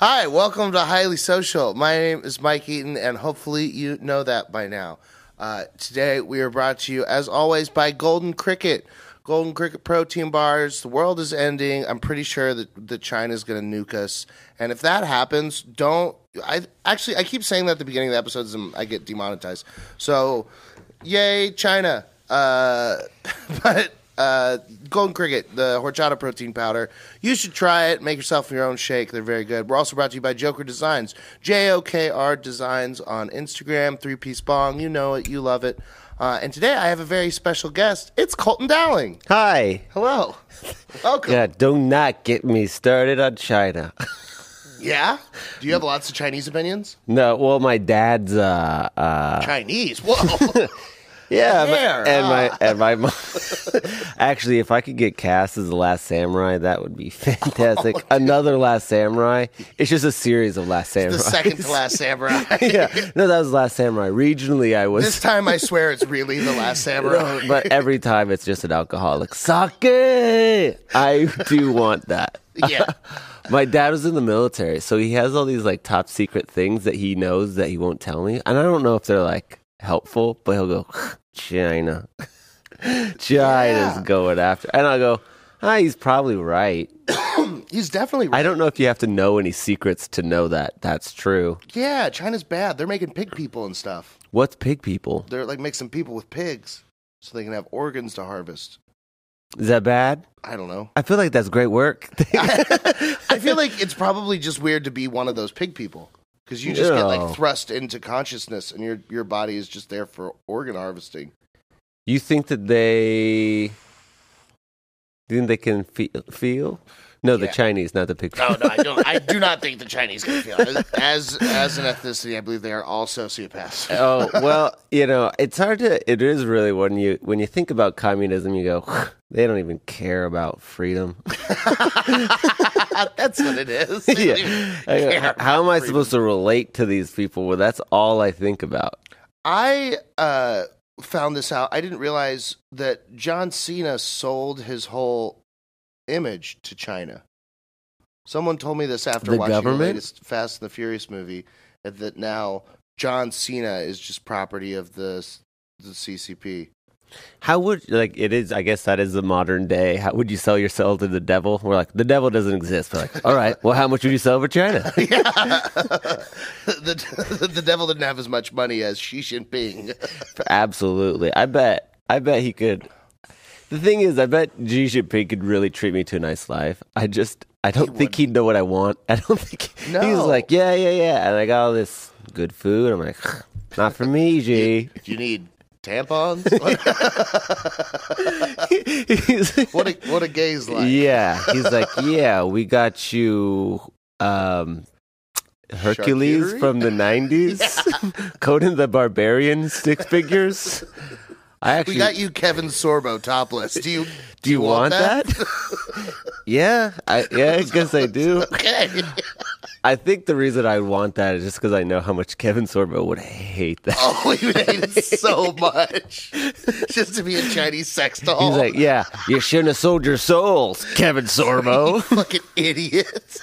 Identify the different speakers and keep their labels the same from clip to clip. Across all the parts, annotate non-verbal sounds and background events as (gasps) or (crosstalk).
Speaker 1: Hi, welcome to Highly Social. My name is Mike Eaton, and hopefully you know that by now. Uh, today we are brought to you, as always, by Golden Cricket. Golden Cricket protein bars. The world is ending. I'm pretty sure that, that China's going to nuke us. And if that happens, don't. I actually I keep saying that at the beginning of the episodes, and I get demonetized. So, yay China! Uh, (laughs) but uh, Golden Cricket, the horchata protein powder. You should try it. Make yourself your own shake. They're very good. We're also brought to you by Joker Designs, J O K R Designs on Instagram. Three piece bong. You know it. You love it. Uh, and today I have a very special guest. It's Colton Dowling.
Speaker 2: Hi.
Speaker 1: Hello. Welcome.
Speaker 2: Yeah, do not get me started on China. (laughs)
Speaker 1: Yeah? Do you have lots of Chinese opinions?
Speaker 2: No, well, my dad's, uh, uh
Speaker 1: Chinese.
Speaker 2: (laughs)
Speaker 1: Whoa.
Speaker 2: yeah, but-
Speaker 1: Hair,
Speaker 2: and my and my mom. (laughs) Actually, if I could get cast as the Last Samurai, that would be (laughs) fantastic. Another Last Samurai. It's just a series of Last Samurai.
Speaker 1: the second to last samurai.
Speaker 2: (laughs) yeah, no, that was Last Samurai. Regionally, I was.
Speaker 1: This time I swear it's really the last samurai.
Speaker 2: (laughs) but every time it's just an alcoholic sake. I do want (laughs) that.
Speaker 1: Yeah.
Speaker 2: My dad was in the military, so he has all these like top secret things that he knows that he won't tell me. And I don't know if they're like helpful, but he'll go, (laughs) China. (laughs) China's
Speaker 1: Yeah.
Speaker 2: going after. And I'll go, ah, he's probably right.
Speaker 1: He's definitely
Speaker 2: I don't know if you have to know any secrets to know that that's true.
Speaker 1: Yeah, China's bad. They're making pig people and stuff.
Speaker 2: What's pig people?
Speaker 1: They're like mixing people with pigs so they can have organs to harvest.
Speaker 2: Is that bad?
Speaker 1: I don't
Speaker 2: (laughs)
Speaker 1: know.
Speaker 2: I feel like that's great work. (laughs)
Speaker 1: I feel like it's probably just weird to be one of those pig people because you just get
Speaker 2: No.
Speaker 1: like thrust into consciousness and your your body is just there for organ harvesting.
Speaker 2: You think that they? You think they can feel? feel? No, the
Speaker 1: Yeah. Oh,
Speaker 2: Chinese, not the pig.
Speaker 1: No, no, I don't. I do not think the Chinese can feel as as an ethnicity. I believe they are all sociopaths.
Speaker 2: (laughs)
Speaker 1: (laughs)
Speaker 2: oh well, you know, it's hard to. It is really when you when you think about communism, you go, they don't even care about freedom.
Speaker 1: That's what it is. (laughs) They don't even
Speaker 2: (laughs) yeah. I go,
Speaker 1: care
Speaker 2: How am
Speaker 1: about
Speaker 2: I
Speaker 1: freedom.
Speaker 2: supposed to relate to these people when that's all I think about?
Speaker 1: I uh, found this out. I didn't realize that John Cena sold his whole image to China. Someone told me this after
Speaker 2: The
Speaker 1: watching
Speaker 2: government?
Speaker 1: the latest Fast and the Furious movie that that now John Cena is just property of the the CCP.
Speaker 2: How would like it is? I guess that is the modern day. How would you sell yourself to the devil? We're like the devil doesn't exist. We're like, all right, well, how much would you sell for China?
Speaker 1: Yeah. (laughs) the, the devil didn't have as much money as Xi
Speaker 2: (laughs)
Speaker 1: Jinping.
Speaker 2: Absolutely. I bet. I bet he could. The thing is, I bet Xi Jinping could really treat me to a nice life. I just, I don't think he'd know what I want. (laughs) I don't think he, he
Speaker 1: No.
Speaker 2: was like, yeah, yeah, yeah, and I got all this good food. I'm like, not for me,
Speaker 1: (laughs)
Speaker 2: Xi. (laughs)
Speaker 1: You need tampons? What,
Speaker 2: He's-
Speaker 1: what, a, what a gay's like.
Speaker 2: (laughs) yeah, he's like, yeah, we got you, um, Hercules
Speaker 1: Charcuterie? (laughs)
Speaker 2: from the '90s, (laughs) Conan the Barbarian, six figures. I actually
Speaker 1: We got you Kevin Sorbo topless. Do you (laughs)
Speaker 2: Do you, want, that? (laughs) yeah, I yeah, I guess I do.
Speaker 1: Okay.
Speaker 2: I think the reason I want that is just because I know how much Kevin Sorbo would hate that.
Speaker 1: Oh, we would hate it
Speaker 2: (laughs)
Speaker 1: so much. Just to be a Chinese sex doll.
Speaker 2: He's like, yeah, you shouldn't have sold your souls, Kevin
Speaker 1: (laughs)
Speaker 2: Sorbo.
Speaker 1: (laughs) fucking idiot.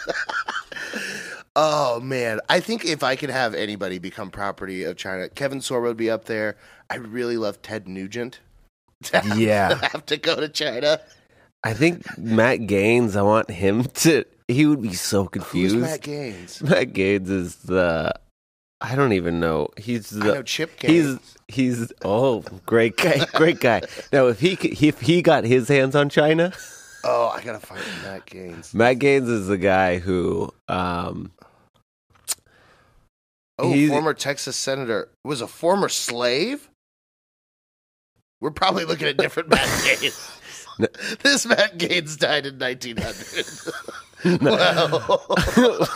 Speaker 1: (laughs) oh man. I think if I could have anybody become property of China, Kevin Sorbo would be up there. I really love Ted Nugent. (laughs)
Speaker 2: yeah,
Speaker 1: Have to go to China.
Speaker 2: I think Matt Gaines. I want him to. He would be so
Speaker 1: Who's
Speaker 2: confused.
Speaker 1: Matt Gaines?
Speaker 2: Matt Gaines is the. I don't even know. He's the.
Speaker 1: I know Chip
Speaker 2: He's
Speaker 1: Gaines.
Speaker 2: he's oh great guy great guy. Now if he c- if he got his hands on China,
Speaker 1: Oh, I gotta find Matt Gaines.
Speaker 2: Matt Gaines is the guy who um
Speaker 1: Oh,
Speaker 2: He's-
Speaker 1: former Texas senator was a former slave. We're probably looking at different
Speaker 2: (laughs)
Speaker 1: Matt Gaines.
Speaker 2: No.
Speaker 1: this Matt Gaines died in
Speaker 2: (laughs)
Speaker 1: 1900. wow.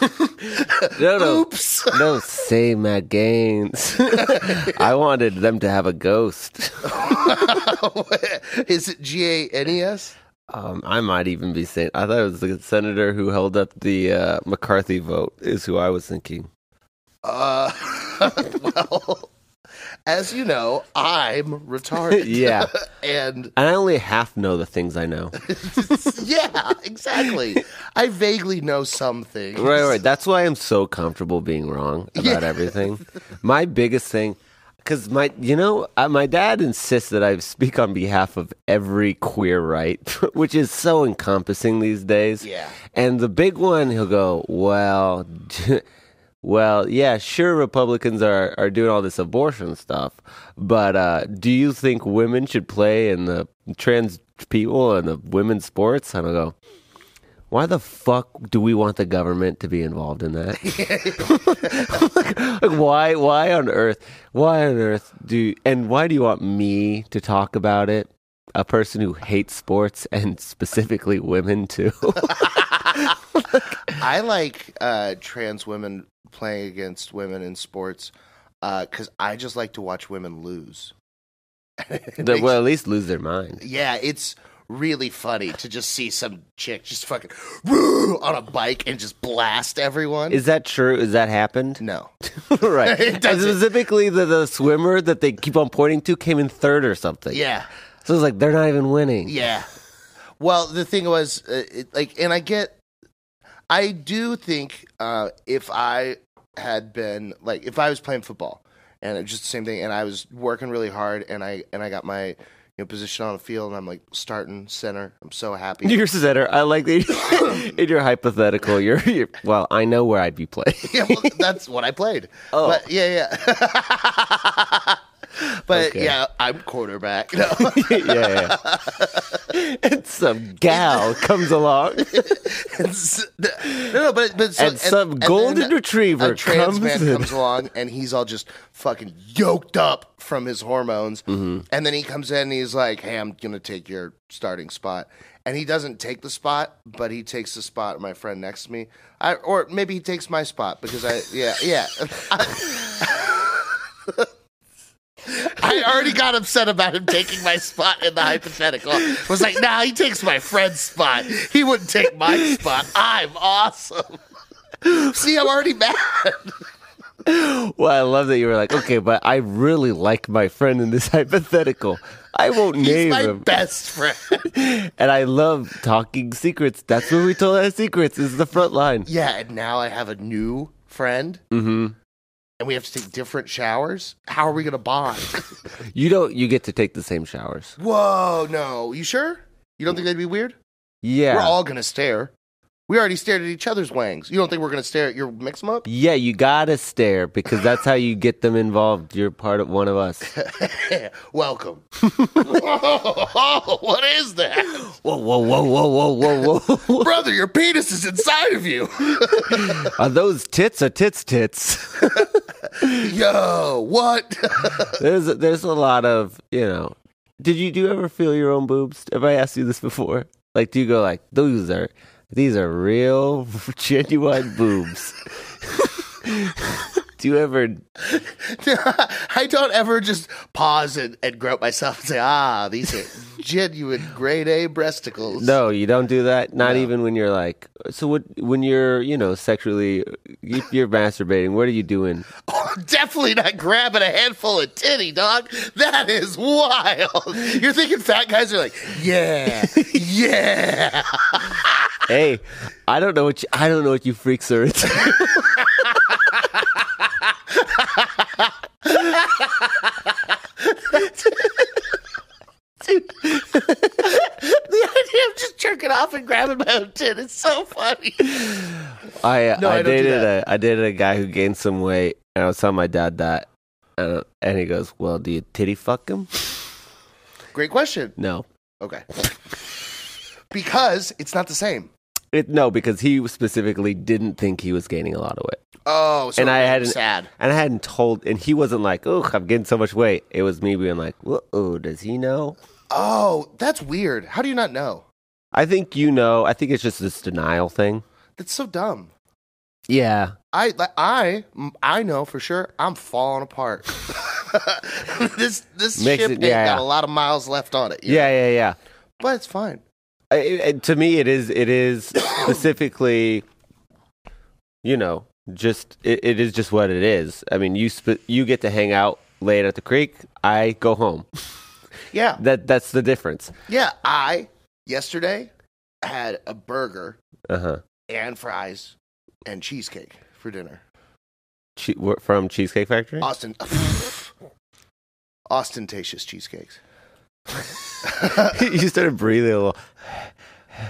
Speaker 2: No, no.
Speaker 1: Oops. (laughs)
Speaker 2: no say Matt Gaines. (laughs) I wanted them to have a ghost.
Speaker 1: Is it G A N E S?
Speaker 2: Um, I might even be saying I thought it was the senator who held up the uh, McCarthy vote is who I was thinking.
Speaker 1: Uh, (laughs) well, As you know, I'm retarded.
Speaker 2: Yeah.
Speaker 1: (laughs) and
Speaker 2: And I only half know the things I know.
Speaker 1: yeah, exactly. I vaguely know some things.
Speaker 2: Right, right. That's why I'm so comfortable being wrong about everything. My biggest thing, because my, you know, uh, my dad insists that I speak on behalf of every queer right, (laughs) which is so encompassing these days.
Speaker 1: Yeah.
Speaker 2: And the big one, he'll go, well, (laughs) well, yeah, sure, Republicans are, are doing all this abortion stuff, but uh, do you think women should play in the trans people and the women's sports? And I'll go, why the fuck do we want the government to be involved in that? (laughs) like, like, why why on earth why on earth do and why do you want me to talk about it? A person who hates sports and (laughs) specifically women too.
Speaker 1: I like uh, trans women playing against women in sports because I just like to watch women lose. It
Speaker 2: that
Speaker 1: makes-
Speaker 2: will at least lose
Speaker 1: (laughs)
Speaker 2: their mind.
Speaker 1: yeah, it's really funny to just see some chick just fucking (laughs) "Woo!" on a bike and just blast everyone.
Speaker 2: Is that true? Is
Speaker 1: (laughs)
Speaker 2: that happened? (laughs)
Speaker 1: no.
Speaker 2: right.
Speaker 1: It
Speaker 2: And
Speaker 1: doesn't-
Speaker 2: specifically the, the swimmer that they keep on pointing to came in third or something.
Speaker 1: Yeah.
Speaker 2: So it's like they're not even winning.
Speaker 1: Yeah. Well, the thing was, uh, it, like, and I get, I do think uh, if I had been like, if I was playing football and it was just the same thing, and I was working really hard, and I and I got my you know, position on the field, and I'm like starting center. I'm so happy.
Speaker 2: (laughs) (laughs) You're center. I like that
Speaker 1: (laughs)
Speaker 2: (laughs) in your hypothetical. You're, you're well. I know where I'd be playing.
Speaker 1: yeah, well, that's what I played.
Speaker 2: Oh.
Speaker 1: But yeah, yeah. (laughs) but
Speaker 2: Okay.
Speaker 1: yeah, I'm
Speaker 2: (laughs)
Speaker 1: quarterback. (laughs) No.
Speaker 2: yeah, yeah. (laughs) and
Speaker 1: (laughs)
Speaker 2: some gal comes along,
Speaker 1: It's- no, no, but but so,
Speaker 2: and some golden
Speaker 1: then
Speaker 2: retriever
Speaker 1: a trans
Speaker 2: comes.
Speaker 1: man
Speaker 2: in.
Speaker 1: comes along and he's all just fucking yoked up from his hormones, and then he comes in and he's like, "Hey, I'm gonna take your starting spot," and he doesn't take the spot, but he takes the spot of my friend next to me, I, or maybe he takes my spot because I yeah yeah. (laughs) I already got upset about him taking my spot in the hypothetical. I was like, nah, he takes my friend's spot. He wouldn't take my spot. I'm awesome. See, I'm already mad.
Speaker 2: (gasps) well, I love that you were like, okay, but I really like my friend in this (laughs) hypothetical. I won't
Speaker 1: He's
Speaker 2: name
Speaker 1: my
Speaker 2: him,
Speaker 1: best friend.
Speaker 2: (laughs) and I love talking secrets. That's where we told our secrets. Is the front line.
Speaker 1: (laughs) Yeah, and now I have a new friend.
Speaker 2: Mm-hmm.
Speaker 1: And we have to take different showers. How are we going to (laughs) bond?
Speaker 2: You don't. You get to take the same showers.
Speaker 1: Whoa, no. You sure? You don't think that'd be weird?
Speaker 2: Yeah.
Speaker 1: We're all going to stare. We already stared at each other's wangs. You don't think we're going to stare at your mix em up?
Speaker 2: Yeah, you gotta stare because that's how you get them involved. You're part of one of us.
Speaker 1: (laughs) Welcome. Whoa, what is that?
Speaker 2: (laughs) Whoa, whoa, whoa, whoa, whoa, whoa, whoa!
Speaker 1: Brother, your penis is inside of you. (laughs)
Speaker 2: Are those tits or tits tits?
Speaker 1: Yo, what? (laughs)
Speaker 2: There's there's a lot of you know. Did you do you ever feel your own boobs? Have I asked you this before? Like, do you go like those are these are real (laughs) genuine boobs? (laughs) do you ever?
Speaker 1: (laughs) I don't ever just pause and, and grope myself and say, ah, these are genuine grade A breasticles.
Speaker 2: No, you don't do that. Not even when you're like. So what? When you're you know sexually, if you're masturbating, what are you doing?
Speaker 1: Oh, (laughs) definitely not grabbing a handful of titty, dog. That is wild. You're thinking fat guys are like, (laughs)
Speaker 2: (laughs)
Speaker 1: yeah, yeah.
Speaker 2: hey, I don't know what you, I don't know what you freaks are into.
Speaker 1: The idea of just jerking off and grabbing my own tit is so funny.
Speaker 2: I
Speaker 1: No, I
Speaker 2: I,
Speaker 1: don't do
Speaker 2: dated
Speaker 1: that.
Speaker 2: a I dated a guy who gained some weight, and I was telling my dad that, and, and he goes, "Well, do you titty fuck him?"
Speaker 1: Great question.
Speaker 2: No,
Speaker 1: Okay. Because it's not the same.
Speaker 2: it, no, because he specifically didn't think he was gaining a lot of weight,
Speaker 1: Oh, so
Speaker 2: and I
Speaker 1: it was
Speaker 2: hadn't
Speaker 1: sad.
Speaker 2: and I hadn't told, and he wasn't like, "Oh, I'm getting so much weight." It was me being like, "Oh, does he know?"
Speaker 1: Oh, that's weird. How do you not know?
Speaker 2: I think you know. I think it's just this denial thing.
Speaker 1: That's so dumb.
Speaker 2: Yeah,
Speaker 1: I like, I I know for sure. I'm falling apart. (laughs) this this
Speaker 2: Makes
Speaker 1: ship
Speaker 2: it-
Speaker 1: ain't
Speaker 2: yeah,
Speaker 1: got
Speaker 2: yeah.
Speaker 1: a lot of miles left on it. you know?
Speaker 2: yeah, yeah, yeah.
Speaker 1: but it's fine.
Speaker 2: I- I- I- to me it is it (coughs) is specifically you know just it, it is just what it is i mean you sp- you get to hang out late at the creek. I go home.
Speaker 1: Yeah.
Speaker 2: That that's the difference.
Speaker 1: Yeah. I yesterday had a burger
Speaker 2: Uh huh.
Speaker 1: and fries and cheesecake for dinner.
Speaker 2: Che- wh- from Cheesecake Factory.
Speaker 1: Austin. (laughs) Ostentatious cheesecakes. (laughs)
Speaker 2: Uh, (laughs) you started breathing a little.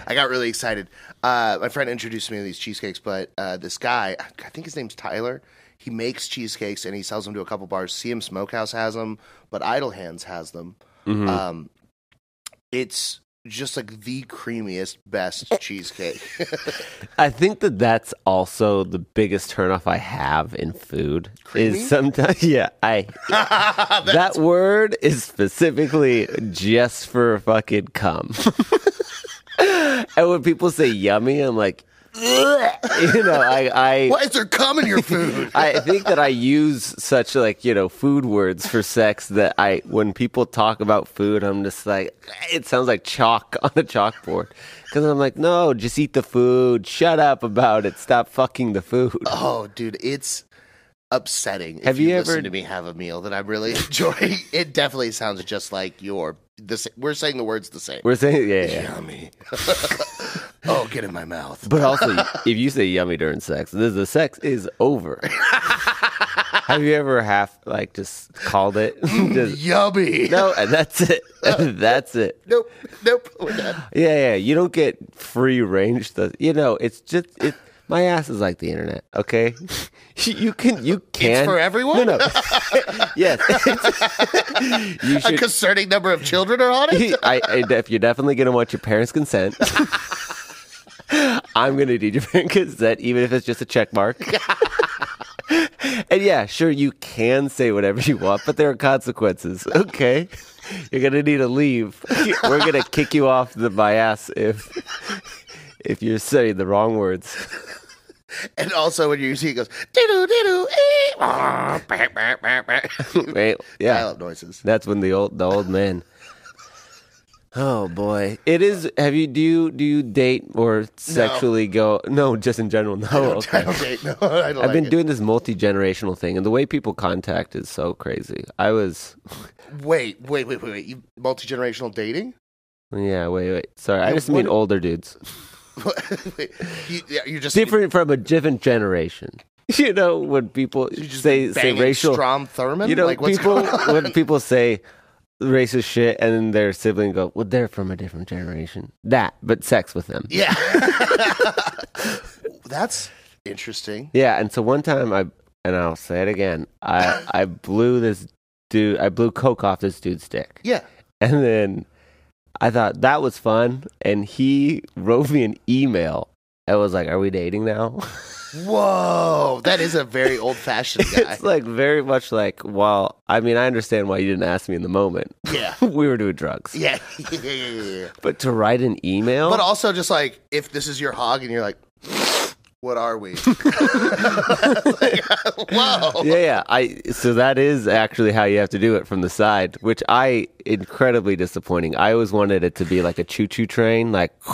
Speaker 1: I got really excited. Uh, my friend introduced me to these cheesecakes, but uh, this guy, I think his name's Tyler, he makes cheesecakes and he sells them to a couple bars. CM Smokehouse has them, but Idle Hands has them.
Speaker 2: Mhm.
Speaker 1: Um, it's just like the creamiest, (laughs) best cheesecake.
Speaker 2: I think that that's also the biggest turnoff I have in food.
Speaker 1: Creamy?
Speaker 2: Is sometimes (laughs) yeah. I that word is specifically just for fucking cum. (laughs) and when people say yummy, I'm like, (laughs) "Ugh." you know, I I.
Speaker 1: Why is there cum in your food?
Speaker 2: I think that I use such like you know food words for sex that I when people talk about food I'm just like it sounds like chalk (laughs) on a chalkboard because I'm like no just eat the food shut up about it stop fucking the food
Speaker 1: (laughs) oh, dude, it's upsetting. If
Speaker 2: Have you ever-
Speaker 1: listened to me have a meal that I'm really (laughs) enjoying? It definitely sounds just like your. This we're saying the words the same.
Speaker 2: we're saying yeah, yeah,
Speaker 1: (laughs)
Speaker 2: yeah.
Speaker 1: Yummy. oh, get in my mouth.
Speaker 2: but also if you say yummy during sex the, the sex is over have you ever half like just called it (laughs) just,
Speaker 1: Yummy.
Speaker 2: no and that's it (laughs) that's it
Speaker 1: Nope. Nope. We're done.
Speaker 2: Yeah, yeah. You don't get free range stuff. You know, it's just it. My ass is like the internet. Okay, (laughs) you can you can
Speaker 1: for everyone?
Speaker 2: No, (laughs) no. yes, (laughs)
Speaker 1: (laughs)
Speaker 2: you
Speaker 1: A (laughs)
Speaker 2: should.
Speaker 1: concerning number of children are on
Speaker 2: (laughs)
Speaker 1: it.
Speaker 2: I, I def, you're definitely gonna want your parents' consent. I'm gonna need your parents' consent, even if it's just a check mark. and yeah, sure, you can say whatever you want, but there are consequences. Okay, you're gonna need to leave. We're gonna kick you off the my ass if if you're saying the wrong words.
Speaker 1: And also when you're using it, it goes doo doo doo ah, (laughs) doo.
Speaker 2: Right? Yeah.
Speaker 1: Dial-up
Speaker 2: (laughs)
Speaker 1: noises.
Speaker 2: That's when the old the old man. Oh boy, it is. Have you do you do you date or sexually go? No, just in general. No,
Speaker 1: I
Speaker 2: okay.
Speaker 1: don't date. No, (laughs) I don't
Speaker 2: I've been
Speaker 1: like
Speaker 2: doing this multi generational thing, and the way people contact is so crazy. I was,
Speaker 1: it. Wait, wait, wait, wait, wait. You multi generational dating? (laughs)
Speaker 2: yeah. Wait, wait. Sorry, I
Speaker 1: Yeah,
Speaker 2: just mean
Speaker 1: what-
Speaker 2: older dudes,
Speaker 1: Wait, you, yeah, you're just
Speaker 2: different from a different generation. (laughs) You know when people
Speaker 1: You just
Speaker 2: say say
Speaker 1: banging
Speaker 2: racial
Speaker 1: Strom Thurmond.
Speaker 2: You know,
Speaker 1: like what's (laughs)
Speaker 2: people
Speaker 1: going on?
Speaker 2: when people say racist shit, and then their sibling go, "Well, they're from a different generation." That, but sex with them. (laughs)
Speaker 1: Yeah. That's interesting.
Speaker 2: Yeah, and so one time I and I'll say it again. I I blew this dude. I blew coke off this dude's dick, (laughs)
Speaker 1: Yeah.
Speaker 2: and then I thought that was fun. And he wrote me an email. I was like, "Are we dating now?" (laughs)
Speaker 1: Whoa. That is a very old fashioned guy.
Speaker 2: (laughs) it's like very much like, well, I mean, I understand why you didn't ask me in the moment. (laughs)
Speaker 1: yeah. (laughs)
Speaker 2: we were doing drugs,
Speaker 1: Yeah. yeah, yeah, yeah, yeah.
Speaker 2: but to write an email,
Speaker 1: But also just like if this is your hog and you're like, what are we? (laughs) whoa.
Speaker 2: yeah, yeah. I so that is actually how you have to do it from the side, which I incredibly disappointing. I always wanted it to be like a choo-choo train, like (laughs)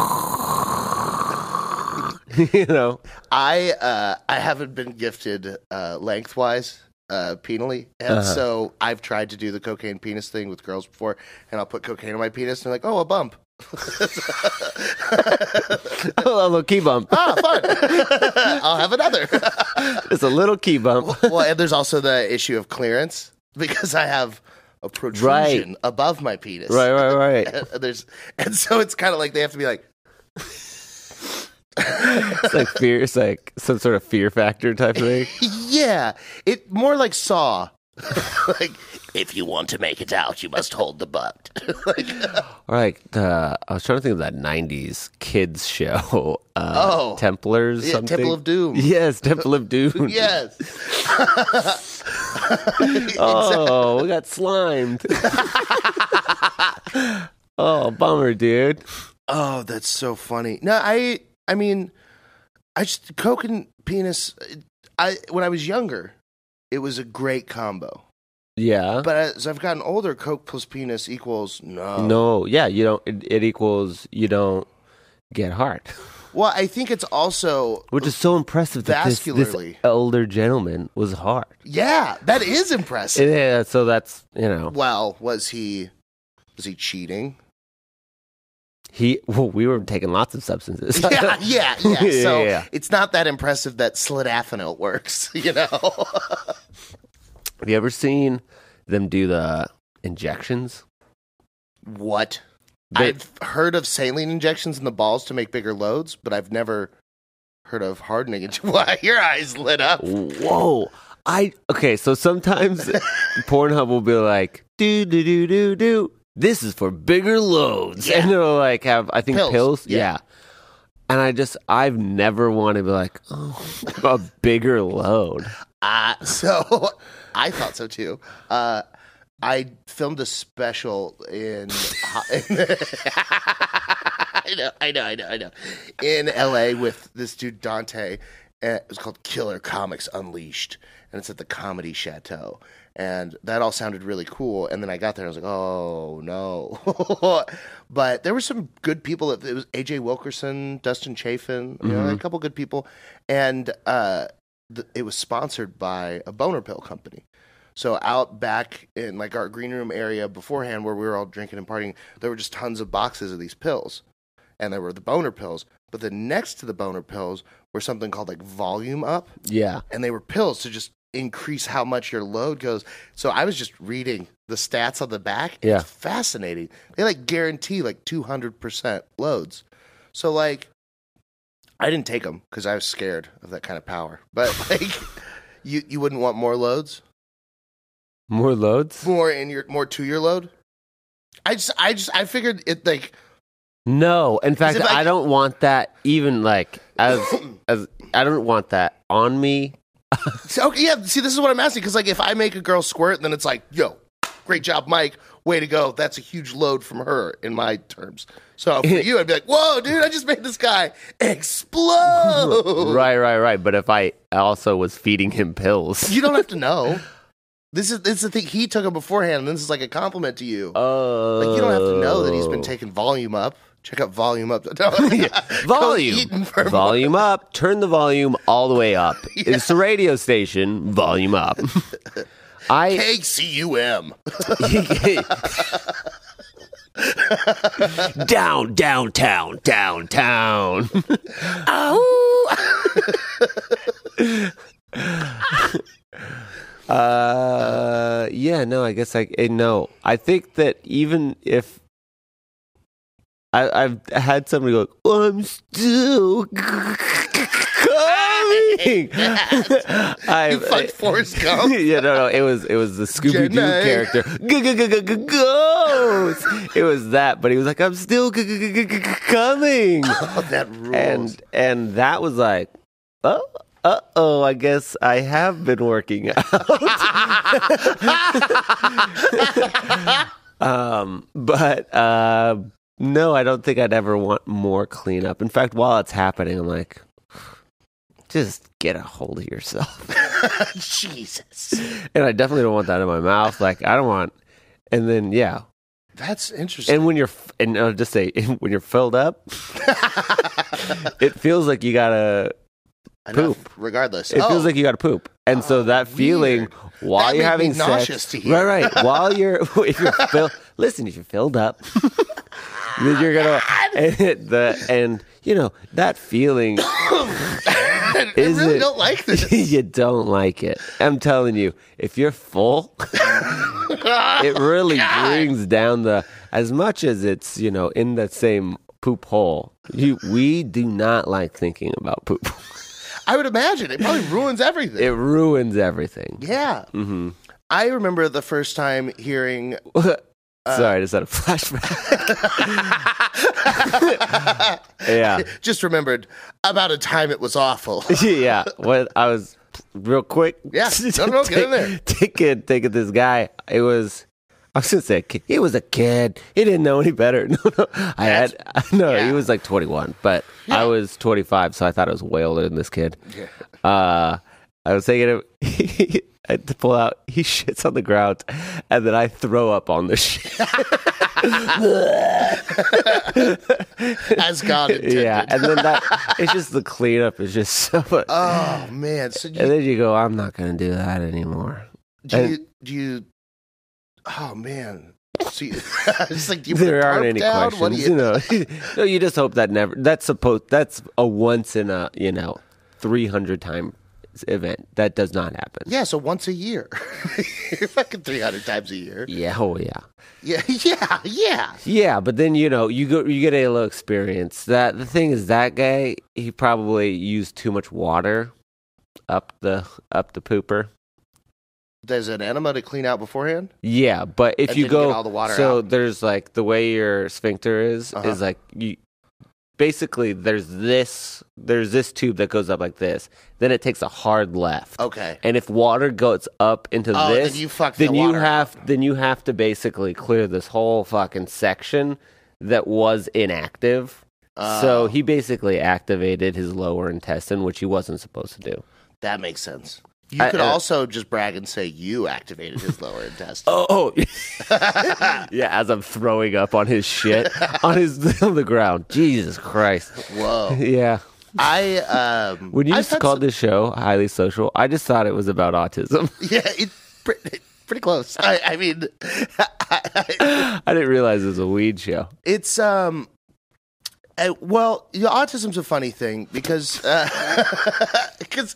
Speaker 2: you know. (laughs)
Speaker 1: I uh, I haven't been gifted uh, lengthwise uh, penally, and so I've tried to do the cocaine penis thing with girls before, and I'll put cocaine on my penis, and they're like, "Oh, a bump."
Speaker 2: a little key bump.
Speaker 1: Ah, fun. I'll have another. (laughs)
Speaker 2: It's a little key bump.
Speaker 1: well, and there's also the issue of clearance because I have a protrusion above my penis.
Speaker 2: Right, right, right.
Speaker 1: And there's and so it's kind of like they have to be like,
Speaker 2: It's like fear. It's like some sort of fear factor type thing.
Speaker 1: yeah, it more like saw. (laughs) like if you want to make it out, you must hold the butt. (laughs) like,
Speaker 2: Or like the I was trying to think of that '90s kids show. Uh,
Speaker 1: Oh.
Speaker 2: Templars.
Speaker 1: Yeah,
Speaker 2: something.
Speaker 1: Temple of Doom. (laughs)
Speaker 2: Yes, Temple of Doom.
Speaker 1: yes.
Speaker 2: Oh, we
Speaker 1: (laughs)
Speaker 2: got slimed. oh, bummer, dude.
Speaker 1: Oh, that's so funny. No, I I mean, I just coke and penis. uh, I when I was younger, it was a great combo.
Speaker 2: Yeah.
Speaker 1: But as I've gotten older, coke plus penis equals no.
Speaker 2: no, yeah, you don't. It, it equals you don't get hard.
Speaker 1: Well, I think it's also
Speaker 2: Which is so impressive that this, this
Speaker 1: Vascularly.
Speaker 2: elder gentleman was hard.
Speaker 1: (laughs) yeah, that is impressive.
Speaker 2: Yeah, so that's you know
Speaker 1: well, was he was he cheating?
Speaker 2: he. Well, we were taking lots of (laughs) substances.
Speaker 1: yeah, yeah, yeah. So
Speaker 2: Yeah.
Speaker 1: it's not that impressive that sildenafil works, (laughs) you know.
Speaker 2: Have you ever seen them do the injections?
Speaker 1: what?
Speaker 2: They-
Speaker 1: I've heard of saline injections in the balls to make bigger loads, but I've never heard of hardening it. (laughs) Why your eyes lit up?
Speaker 2: Whoa. I okay,
Speaker 1: (laughs)
Speaker 2: so sometimes Pornhub will be like, do do do do do. This is for bigger loads.
Speaker 1: Yeah.
Speaker 2: And they'll like have I think
Speaker 1: Pills,
Speaker 2: pills.
Speaker 1: yeah.
Speaker 2: Yeah. And I just I've never wanted to be like, oh (laughs) a bigger load.
Speaker 1: Uh, so I thought so too. Uh, I filmed a special in. (laughs) I know, I know, I know, I know. In LA with this dude Dante. And it was called Killer Comics Unleashed, and it's at the Comedy Chateau. And that all sounded really cool. And then I got there, and I was like, "Oh no!" (laughs) but there were some good people. It was AJ Wilkerson, Dustin Chafin, you know, a couple good people. And uh, th- it was sponsored by a boner pill company. So out back in like our green room area beforehand, where we were all drinking and partying, there were just tons of boxes of these pills, and there were the boner pills. But the next to the boner pills were something called like volume up,
Speaker 2: Yeah.
Speaker 1: and they were pills to just increase how much your load goes. So I was just reading the stats on the back.
Speaker 2: Yeah.
Speaker 1: It's fascinating. They like guarantee like 200% loads. So like I didn't take them cuz I was scared of that kind of power. But (laughs) like you you wouldn't want more loads?
Speaker 2: More loads?
Speaker 1: More in your more to your load? I just I just I figured it like
Speaker 2: No. In fact,
Speaker 1: if I-
Speaker 2: I don't want that even like
Speaker 1: (clears throat)
Speaker 2: as as I don't want that on me.
Speaker 1: So, Okay, yeah. See, this is what I'm asking because, like, if I make a girl squirt, then it's like, yo, great job, Mike. Way to go. That's a huge load from her in my terms. So
Speaker 2: (laughs)
Speaker 1: for you, I'd be like, whoa, dude, I just made this guy explode.
Speaker 2: (laughs) Right, right, right. But if I also was feeding him pills.
Speaker 1: You don't have to know. This is this is the thing. He took him beforehand, and this is like a compliment to you.
Speaker 2: Oh.
Speaker 1: like you don't have to know that he's been taking volume up. Check out volume
Speaker 2: (laughs)
Speaker 1: up. (laughs) No, (laughs) Go
Speaker 2: Volume.
Speaker 1: Eaton for-
Speaker 2: Volume up. Turn the volume all the way up. It's the radio station. Volume up. I
Speaker 1: KCUM.
Speaker 2: (laughs) down, downtown, downtown. (laughs) uh, yeah, no, I guess I eh, no. I think that even if I, I've had somebody go, I'm still coming.
Speaker 1: (laughs) You
Speaker 2: I
Speaker 1: fucked Forrest Gump.
Speaker 2: (laughs) yeah, no, no. It was it was the Scooby Doo
Speaker 1: Jenna.
Speaker 2: character. Ghost. It was that, but he was like, "I'm still g- g- g- g- coming,"
Speaker 1: Oh, that rules. (laughs)
Speaker 2: and and that was like, oh, uh oh, I guess I have been working (laughs) out. um, but uh, no, I don't think I'd ever want more cleanup. In fact, while it's happening, I'm like, just get a hold of yourself.
Speaker 1: Jesus.
Speaker 2: and I definitely don't want that in my mouth. Like I don't want. And then yeah,
Speaker 1: That's interesting.
Speaker 2: and when you're f- and I'll just say (laughs) when you're filled up, (laughs) it feels like you gotta
Speaker 1: Enough, regardless.
Speaker 2: it
Speaker 1: oh,
Speaker 2: feels like you gotta poop. And so that feeling
Speaker 1: weird.
Speaker 2: while
Speaker 1: That
Speaker 2: you're
Speaker 1: made me
Speaker 2: having
Speaker 1: nauseous
Speaker 2: sex,
Speaker 1: to hear.
Speaker 2: right, right. While you're (laughs) if
Speaker 1: (laughs)
Speaker 2: you're filled, listen, if you're filled up, (laughs) then
Speaker 1: (laughs)
Speaker 2: you're gonna and it- the and you know that feeling
Speaker 1: (laughs) I
Speaker 2: is
Speaker 1: really
Speaker 2: it-
Speaker 1: don't
Speaker 2: (laughs)
Speaker 1: like this.
Speaker 2: you don't like it. I'm telling you, if
Speaker 1: (laughs)
Speaker 2: you're full, it really brings down the as much as it's you know in that same poop hole. You, we do not like thinking about poop. (laughs)
Speaker 1: I would imagine it probably ruins everything.
Speaker 2: It ruins everything.
Speaker 1: yeah. Mm-hmm. I remember the first time hearing. Uh.
Speaker 2: Sorry, I just had
Speaker 1: (laughs)
Speaker 2: a flashback. (laughs) yeah,
Speaker 1: Just remembered about a time it was
Speaker 2: (laughs)
Speaker 1: awful.
Speaker 2: yeah. What I was real quick.
Speaker 1: Yeah. No, no,
Speaker 2: (laughs)
Speaker 1: get in there.
Speaker 2: Taking taking this guy. It was. I was gonna say a kid. he was a kid. He didn't know any better. (laughs) No, no. I had (laughs) no.
Speaker 1: yeah.
Speaker 2: He was like 21, but I was 25, so (laughs) I thought I was way older than this kid. Uh, I was taking him. I- to pull out. He shits on the ground, and then I throw up on
Speaker 1: (laughs)
Speaker 2: the (laughs) shit.
Speaker 1: As God intended.
Speaker 2: yeah, and then that it's just the cleanup is just
Speaker 1: (laughs)
Speaker 2: so much.
Speaker 1: Oh man. So do
Speaker 2: and
Speaker 1: you,
Speaker 2: then you go, I'm not going to do that anymore.
Speaker 1: do
Speaker 2: and-
Speaker 1: you, do you Oh man. So you, (laughs) it's like do you put
Speaker 2: there
Speaker 1: a
Speaker 2: aren't
Speaker 1: tarp
Speaker 2: any
Speaker 1: down? What do
Speaker 2: questions, you know. (laughs) no, you just hope that never. That's supposed. That's a once in a you know, three hundred time event. That does not happen.
Speaker 1: Yeah, so once a year. (laughs) Fucking 300 times a year.
Speaker 2: Yeah. Oh yeah.
Speaker 1: Yeah, (laughs) yeah, yeah.
Speaker 2: Yeah, but then you know you go you get a little experience. That the thing is that guy he probably used too much water up the up the pooper.
Speaker 1: There's an enema to clean out beforehand.
Speaker 2: Yeah, but if
Speaker 1: And
Speaker 2: you
Speaker 1: didn't get
Speaker 2: go
Speaker 1: all the water
Speaker 2: so
Speaker 1: out.
Speaker 2: there's like the way your sphincter is
Speaker 1: Uh-huh.
Speaker 2: is like you basically there's this there's this tube that goes up like this. Then it takes a hard left.
Speaker 1: Okay.
Speaker 2: And if water goes up into
Speaker 1: Oh, then
Speaker 2: this,
Speaker 1: you fucked
Speaker 2: then
Speaker 1: the
Speaker 2: you
Speaker 1: water
Speaker 2: have then you have to basically clear this whole fucking section that was inactive.
Speaker 1: Oh.
Speaker 2: so he basically activated his lower intestine, which he wasn't supposed to do.
Speaker 1: That makes sense. uh, You
Speaker 2: I-
Speaker 1: could
Speaker 2: I-
Speaker 1: also just brag and say you activated his lower (laughs) intestine.
Speaker 2: Oh, (laughs) yeah, as I'm throwing up on his shit on his (laughs) on the ground. Jesus Christ.
Speaker 1: Whoa.
Speaker 2: Yeah.
Speaker 1: I um
Speaker 2: When you
Speaker 1: I've
Speaker 2: used to
Speaker 1: had
Speaker 2: call this show highly social, I just thought it was about autism. (laughs)
Speaker 1: some- (laughs) Yeah, it, pretty, pretty close. I, I mean (laughs)
Speaker 2: I didn't realize it was a weed show.
Speaker 1: it's um uh, well, you know, autism's a funny thing because (laughs) because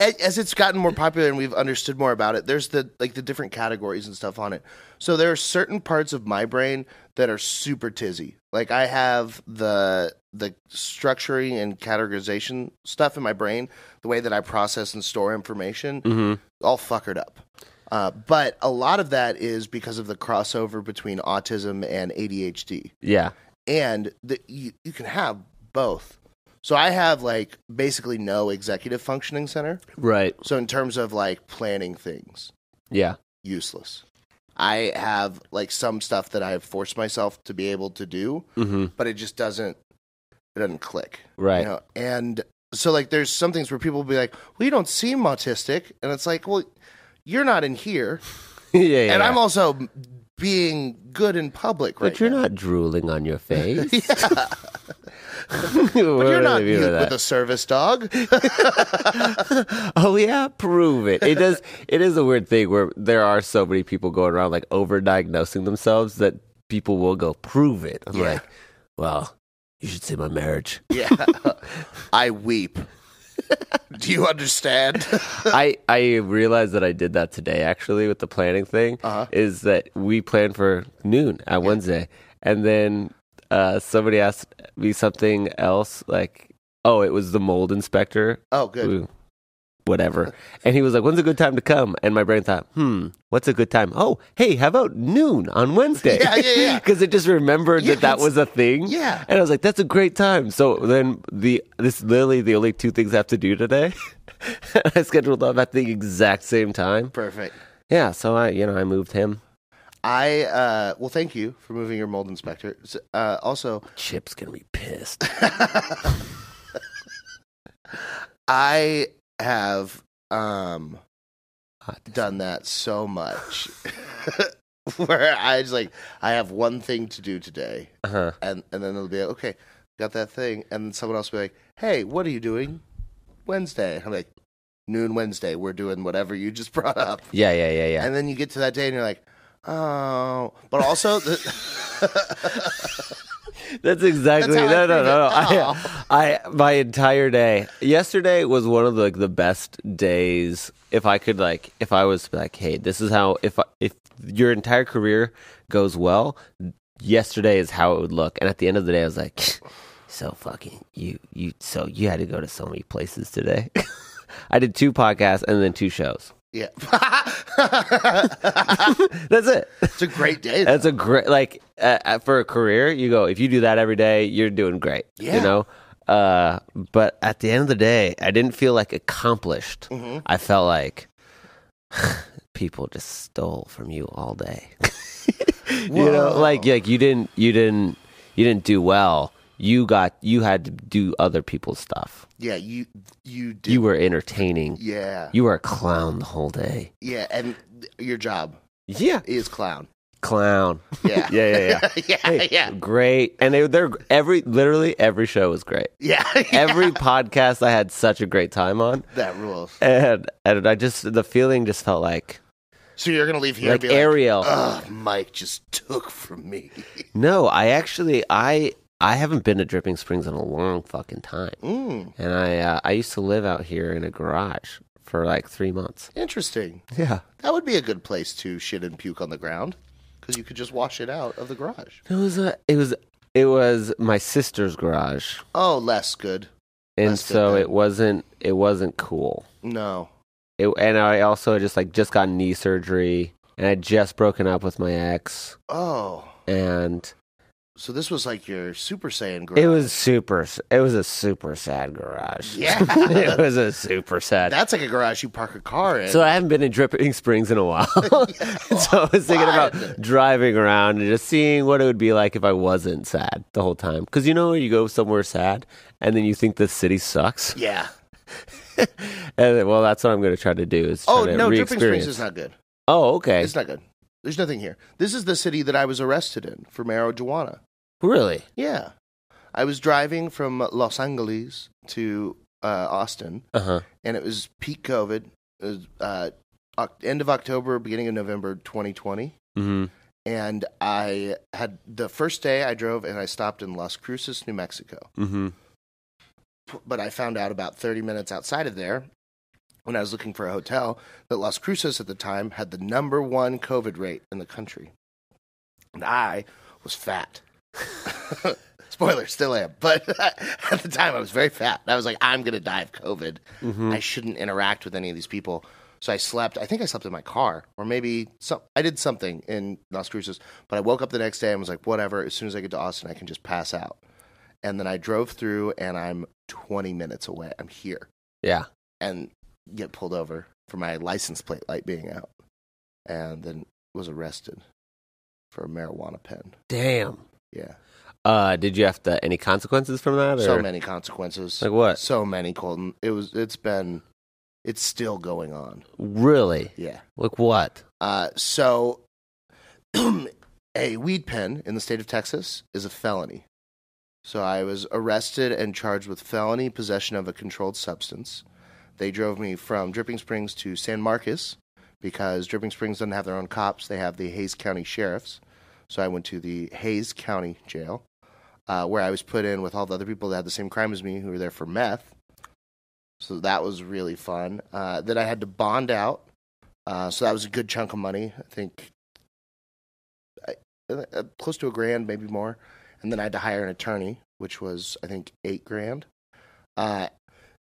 Speaker 1: as it's gotten more popular and we've understood more about it, there's the like the different categories and stuff on it. So there are certain parts of my brain that are super tizzy. Like I have the the structuring and categorization stuff in my brain, the way that I process and store information, all fuckered up. Uh, but a lot of that is because of the crossover between autism and ADHD
Speaker 2: Yeah.
Speaker 1: and the, you, you can have both. So I have like basically no executive functioning center.
Speaker 2: Right.
Speaker 1: So in terms of like planning things,
Speaker 2: Yeah.
Speaker 1: useless. I have like some stuff that I've forced myself to be able to do,
Speaker 2: Mm-hmm.
Speaker 1: but it just doesn't it doesn't click.
Speaker 2: Right.
Speaker 1: You know? And so like there's some things where people will be like, Well, you don't seem autistic and it's like, Well, you're not in here.
Speaker 2: (laughs) yeah, yeah.
Speaker 1: And
Speaker 2: yeah.
Speaker 1: I'm also being good in public right
Speaker 2: But you're
Speaker 1: now.
Speaker 2: not drooling on (laughs) your face.
Speaker 1: Yeah.
Speaker 2: but
Speaker 1: But you're not you with a service dog.
Speaker 2: Oh yeah, prove it. It does. It is a weird thing where there are so many people going around like overdiagnosing themselves that people will go prove it. I'm
Speaker 1: Yeah.
Speaker 2: like, well, you should see my marriage.
Speaker 1: Yeah. (laughs) I weep. Do you understand? (laughs)
Speaker 2: I I realized that I did that today actually with the planning thing.
Speaker 1: Uh-huh.
Speaker 2: Is that we planned for noon on Wednesday, and then uh, somebody asked me something else like, oh, it was the mold inspector
Speaker 1: Oh, good.
Speaker 2: Ooh, whatever. and he was like, "When's a good time to come?" And my brain thought, "Hmm, what's a good time? Oh, hey, how about noon on Wednesday?"
Speaker 1: Yeah, yeah,
Speaker 2: (laughs)
Speaker 1: yeah.
Speaker 2: Because it just remembered
Speaker 1: Yeah,
Speaker 2: that that
Speaker 1: that's-
Speaker 2: was a thing.
Speaker 1: yeah.
Speaker 2: and I was like, "That's a great time." So then the this literally the only two things I have to do today. (laughs) I scheduled them at the exact same time.
Speaker 1: Perfect.
Speaker 2: Yeah, so I you know I moved him.
Speaker 1: I uh well thank you for moving your mold inspector. S- Uh also
Speaker 2: Chip's gonna be pissed.
Speaker 1: I have um done that so much (laughs) where I just like I have one thing to do today
Speaker 2: Uh-huh.
Speaker 1: and and then it'll be like, okay, got that thing and then someone else will be like, "Hey, what are you doing Wednesday?" And I'm like, "Noon Wednesday. We're doing whatever you just brought up."
Speaker 2: Yeah, yeah, yeah, yeah.
Speaker 1: And then you get to that day and you're like, oh. But also, the,
Speaker 2: That's exactly
Speaker 1: That's how I
Speaker 2: no, no,
Speaker 1: feel.
Speaker 2: no, no. (laughs) I, I, my entire day. Yesterday was one of the, like the best days. If I could, like, if I was like, hey, this is how if I, if your entire career goes well, yesterday is how it would look. And at the end of the day, I was like, (laughs) so fucking you, you. So you had to go to so many places today. (laughs) I did two podcasts and then two shows.
Speaker 1: (laughs) yeah, (laughs)
Speaker 2: That's it.
Speaker 1: it's a great day. though.
Speaker 2: That's a great like uh, uh, for a career. You go if you do that every day, you're doing great.
Speaker 1: Yeah.
Speaker 2: You know. Uh, but at the end of the day, I didn't feel like accomplished.
Speaker 1: Mm-hmm.
Speaker 2: I felt like (sighs) people just stole from you all day. (laughs) you know,
Speaker 1: Whoa.
Speaker 2: like like you didn't you didn't you didn't do well. you got you had to do other people's stuff.
Speaker 1: Yeah, you you did.
Speaker 2: You were entertaining.
Speaker 1: yeah,
Speaker 2: You were a clown the whole day.
Speaker 1: yeah, and your job
Speaker 2: Yeah,
Speaker 1: is
Speaker 2: (laughs)
Speaker 1: clown. (laughs)
Speaker 2: clown.
Speaker 1: Yeah,
Speaker 2: Yeah, yeah, yeah.
Speaker 1: yeah,
Speaker 2: Hey,
Speaker 1: (laughs) yeah,
Speaker 2: Great. And they, they're every literally every show was great.
Speaker 1: (laughs) yeah,
Speaker 2: Every podcast I had such a great time on.
Speaker 1: that rules.
Speaker 2: And and I just the feeling just felt like
Speaker 1: So you're gonna leave here
Speaker 2: like
Speaker 1: and be like,
Speaker 2: Ariel.
Speaker 1: Ugh, Mike just took from
Speaker 2: (laughs)
Speaker 1: me.
Speaker 2: no, I actually I I haven't been to Dripping Springs in a long fucking time.
Speaker 1: Mm,
Speaker 2: And I uh, I used to live out here in a garage for like 3 months.
Speaker 1: interesting.
Speaker 2: Yeah.
Speaker 1: That would be a good place to shit and puke on the ground because you could just wash it out of the garage.
Speaker 2: It was a it was it was my sister's garage.
Speaker 1: Oh, less good.
Speaker 2: And
Speaker 1: That's good
Speaker 2: so
Speaker 1: then.
Speaker 2: it wasn't it wasn't cool.
Speaker 1: No.
Speaker 2: it, and I also just like just got knee surgery, and I just broken up with my ex,
Speaker 1: Oh,
Speaker 2: and
Speaker 1: so this was like your Super Saiyan garage.
Speaker 2: it was super. It was a super sad garage.
Speaker 1: Yeah.
Speaker 2: (laughs) it was a super sad.
Speaker 1: That's like a garage you park a car in.
Speaker 2: so I haven't been in Dripping (laughs) Springs in a
Speaker 1: (laughs)
Speaker 2: while. (laughs) so I was thinking
Speaker 1: Fun.
Speaker 2: about driving around and just seeing what it would be like if I wasn't sad the whole time. Because you know, you go somewhere sad, and then you think the
Speaker 1: (laughs)
Speaker 2: city sucks. (laughs)
Speaker 1: yeah.
Speaker 2: And then, well, that's what I'm going to try to do. Is try
Speaker 1: Oh
Speaker 2: to
Speaker 1: no, Dripping
Speaker 2: re-experience.
Speaker 1: Springs is not good.
Speaker 2: Oh, okay.
Speaker 1: It's not good. There's nothing here. This is the city that I was arrested in for marijuana.
Speaker 2: really?
Speaker 1: Yeah, I was driving from Los Angeles to uh, Austin,
Speaker 2: Uh huh.
Speaker 1: and it was peak COVID. It was uh, Oc- end of October, beginning of November, 2020.
Speaker 2: hmm
Speaker 1: And I had the first day I drove, and I stopped in Las Cruces, New Mexico.
Speaker 2: hmm
Speaker 1: but I found out about 30 minutes outside of there when I was looking for a hotel that Las Cruces at the time had the number one COVID rate in the country. And I was fat. (laughs) Spoiler, still am. But (laughs) at the time, I was very fat. And I was like, I'm going to die of COVID.
Speaker 2: Mm-hmm. Hmm.
Speaker 1: I shouldn't interact with any of these people. So I slept. I think I slept in my car, or maybe some, I did something in Las Cruces. But I woke up the next day and was like, whatever. As soon as I get to Austin, I can just pass out. And then I drove through, and I'm 20 minutes away. I'm here,
Speaker 2: Yeah.
Speaker 1: and get pulled over for my license plate light being out, and then was arrested for a marijuana pen.
Speaker 2: Damn.
Speaker 1: Yeah,
Speaker 2: Uh, did you have to any consequences from that? Or?
Speaker 1: so many consequences.
Speaker 2: Like what?
Speaker 1: So many, Colton. It was. It's been. It's still going on.
Speaker 2: Really?
Speaker 1: Yeah.
Speaker 2: Like what?
Speaker 1: Uh, so, (clears throat) a weed pen in the state of Texas is a felony. So I was arrested and charged with felony possession of a controlled substance. They drove me from Dripping Springs to San Marcos because Dripping Springs doesn't have their own cops; they have the Hayes County sheriffs. So I went to the Hayes County Jail, uh, where I was put in with all the other people that had the same crime as me, who were there for meth. So that was really fun. Uh, then I had to bond out uh, so that was a good chunk of money. I think I, uh, close to a grand, maybe more. And then I had to hire an attorney, which was I think eight grand. Uh,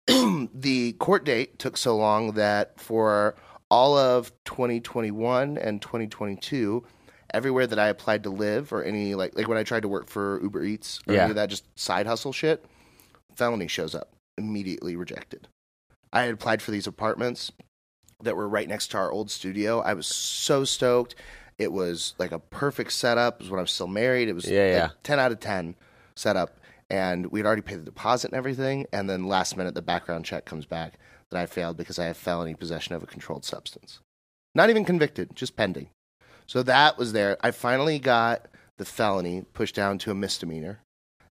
Speaker 1: (clears throat) the court date took so long that for all of 2021 and 2022, everywhere that I applied to live or any like like when I tried to work for Uber Eats or any
Speaker 2: Yeah.
Speaker 1: of that just side hustle shit, felony shows up immediately rejected. I had applied for these apartments that were right next to our old studio. I was so stoked. It was like a perfect setup. It was when I was still married. It was
Speaker 2: Yeah,
Speaker 1: like
Speaker 2: yeah.
Speaker 1: 10 out of 10 setup. And we'd already paid the deposit and everything. And then last minute, the background check comes back that I failed because I have felony possession of a controlled substance. Not even convicted, just pending. So that was there. I finally got the felony pushed down to a misdemeanor.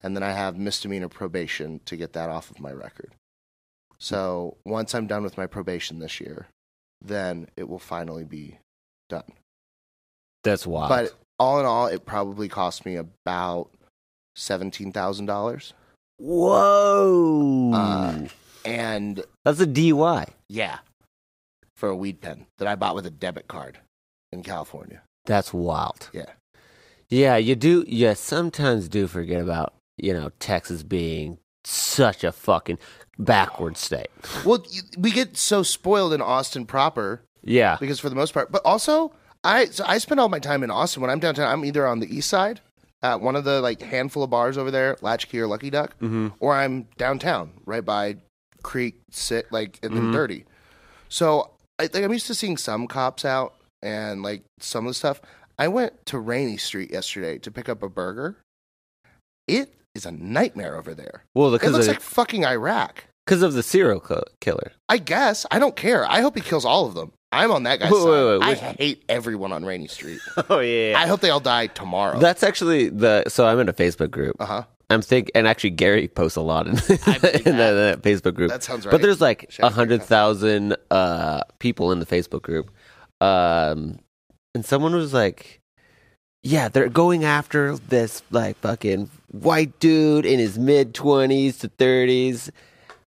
Speaker 1: And then I have misdemeanor probation to get that off of my record. So once I'm done with my probation this year, then it will finally be done.
Speaker 2: That's wild.
Speaker 1: But all in all, it probably cost me about seventeen thousand dollars.
Speaker 2: Whoa.
Speaker 1: Uh, And
Speaker 2: That's a DUI.
Speaker 1: yeah, for a weed pen that I bought with a debit card in California.
Speaker 2: That's wild.
Speaker 1: Yeah.
Speaker 2: Yeah, you do. You sometimes do forget about you know Texas being such a fucking backward state.
Speaker 1: Well, you- we get so spoiled in Austin proper
Speaker 2: Yeah.
Speaker 1: because for the most part, but also I so I spend all my time in Austin. When I'm downtown, I'm either on the east side at one of the like handful of bars over there, Latchkey or Lucky Duck,
Speaker 2: Mm-hmm.
Speaker 1: or I'm downtown right by Creek, sit like and then Dirty. So I think I'm used to seeing some cops out and like some of the stuff. I went to Rainy Street yesterday to pick up a burger. It is a nightmare over there.
Speaker 2: Well,
Speaker 1: It
Speaker 2: because
Speaker 1: looks
Speaker 2: of,
Speaker 1: like fucking Iraq.
Speaker 2: because of the serial co-
Speaker 1: (laughs)
Speaker 2: killer.
Speaker 1: I guess. I don't care. I hope he kills all of them. I'm on that guy's
Speaker 2: Wait,
Speaker 1: side.
Speaker 2: wait, wait,
Speaker 1: I
Speaker 2: which-
Speaker 1: hate everyone on Rainy (laughs) Street.
Speaker 2: Oh yeah.
Speaker 1: I hope they all die tomorrow.
Speaker 2: That's actually the. So I'm in a Facebook group.
Speaker 1: uh huh.
Speaker 2: I'm think, and actually Gary posts a lot in, (laughs) in
Speaker 1: believe
Speaker 2: that. Facebook group.
Speaker 1: That sounds right.
Speaker 2: But there's like
Speaker 1: Shout
Speaker 2: a
Speaker 1: out to
Speaker 2: hundred thousand uh, people in the Facebook group, um, and someone was like, "Yeah, they're going after this like fucking white dude in his mid twenties to 30s.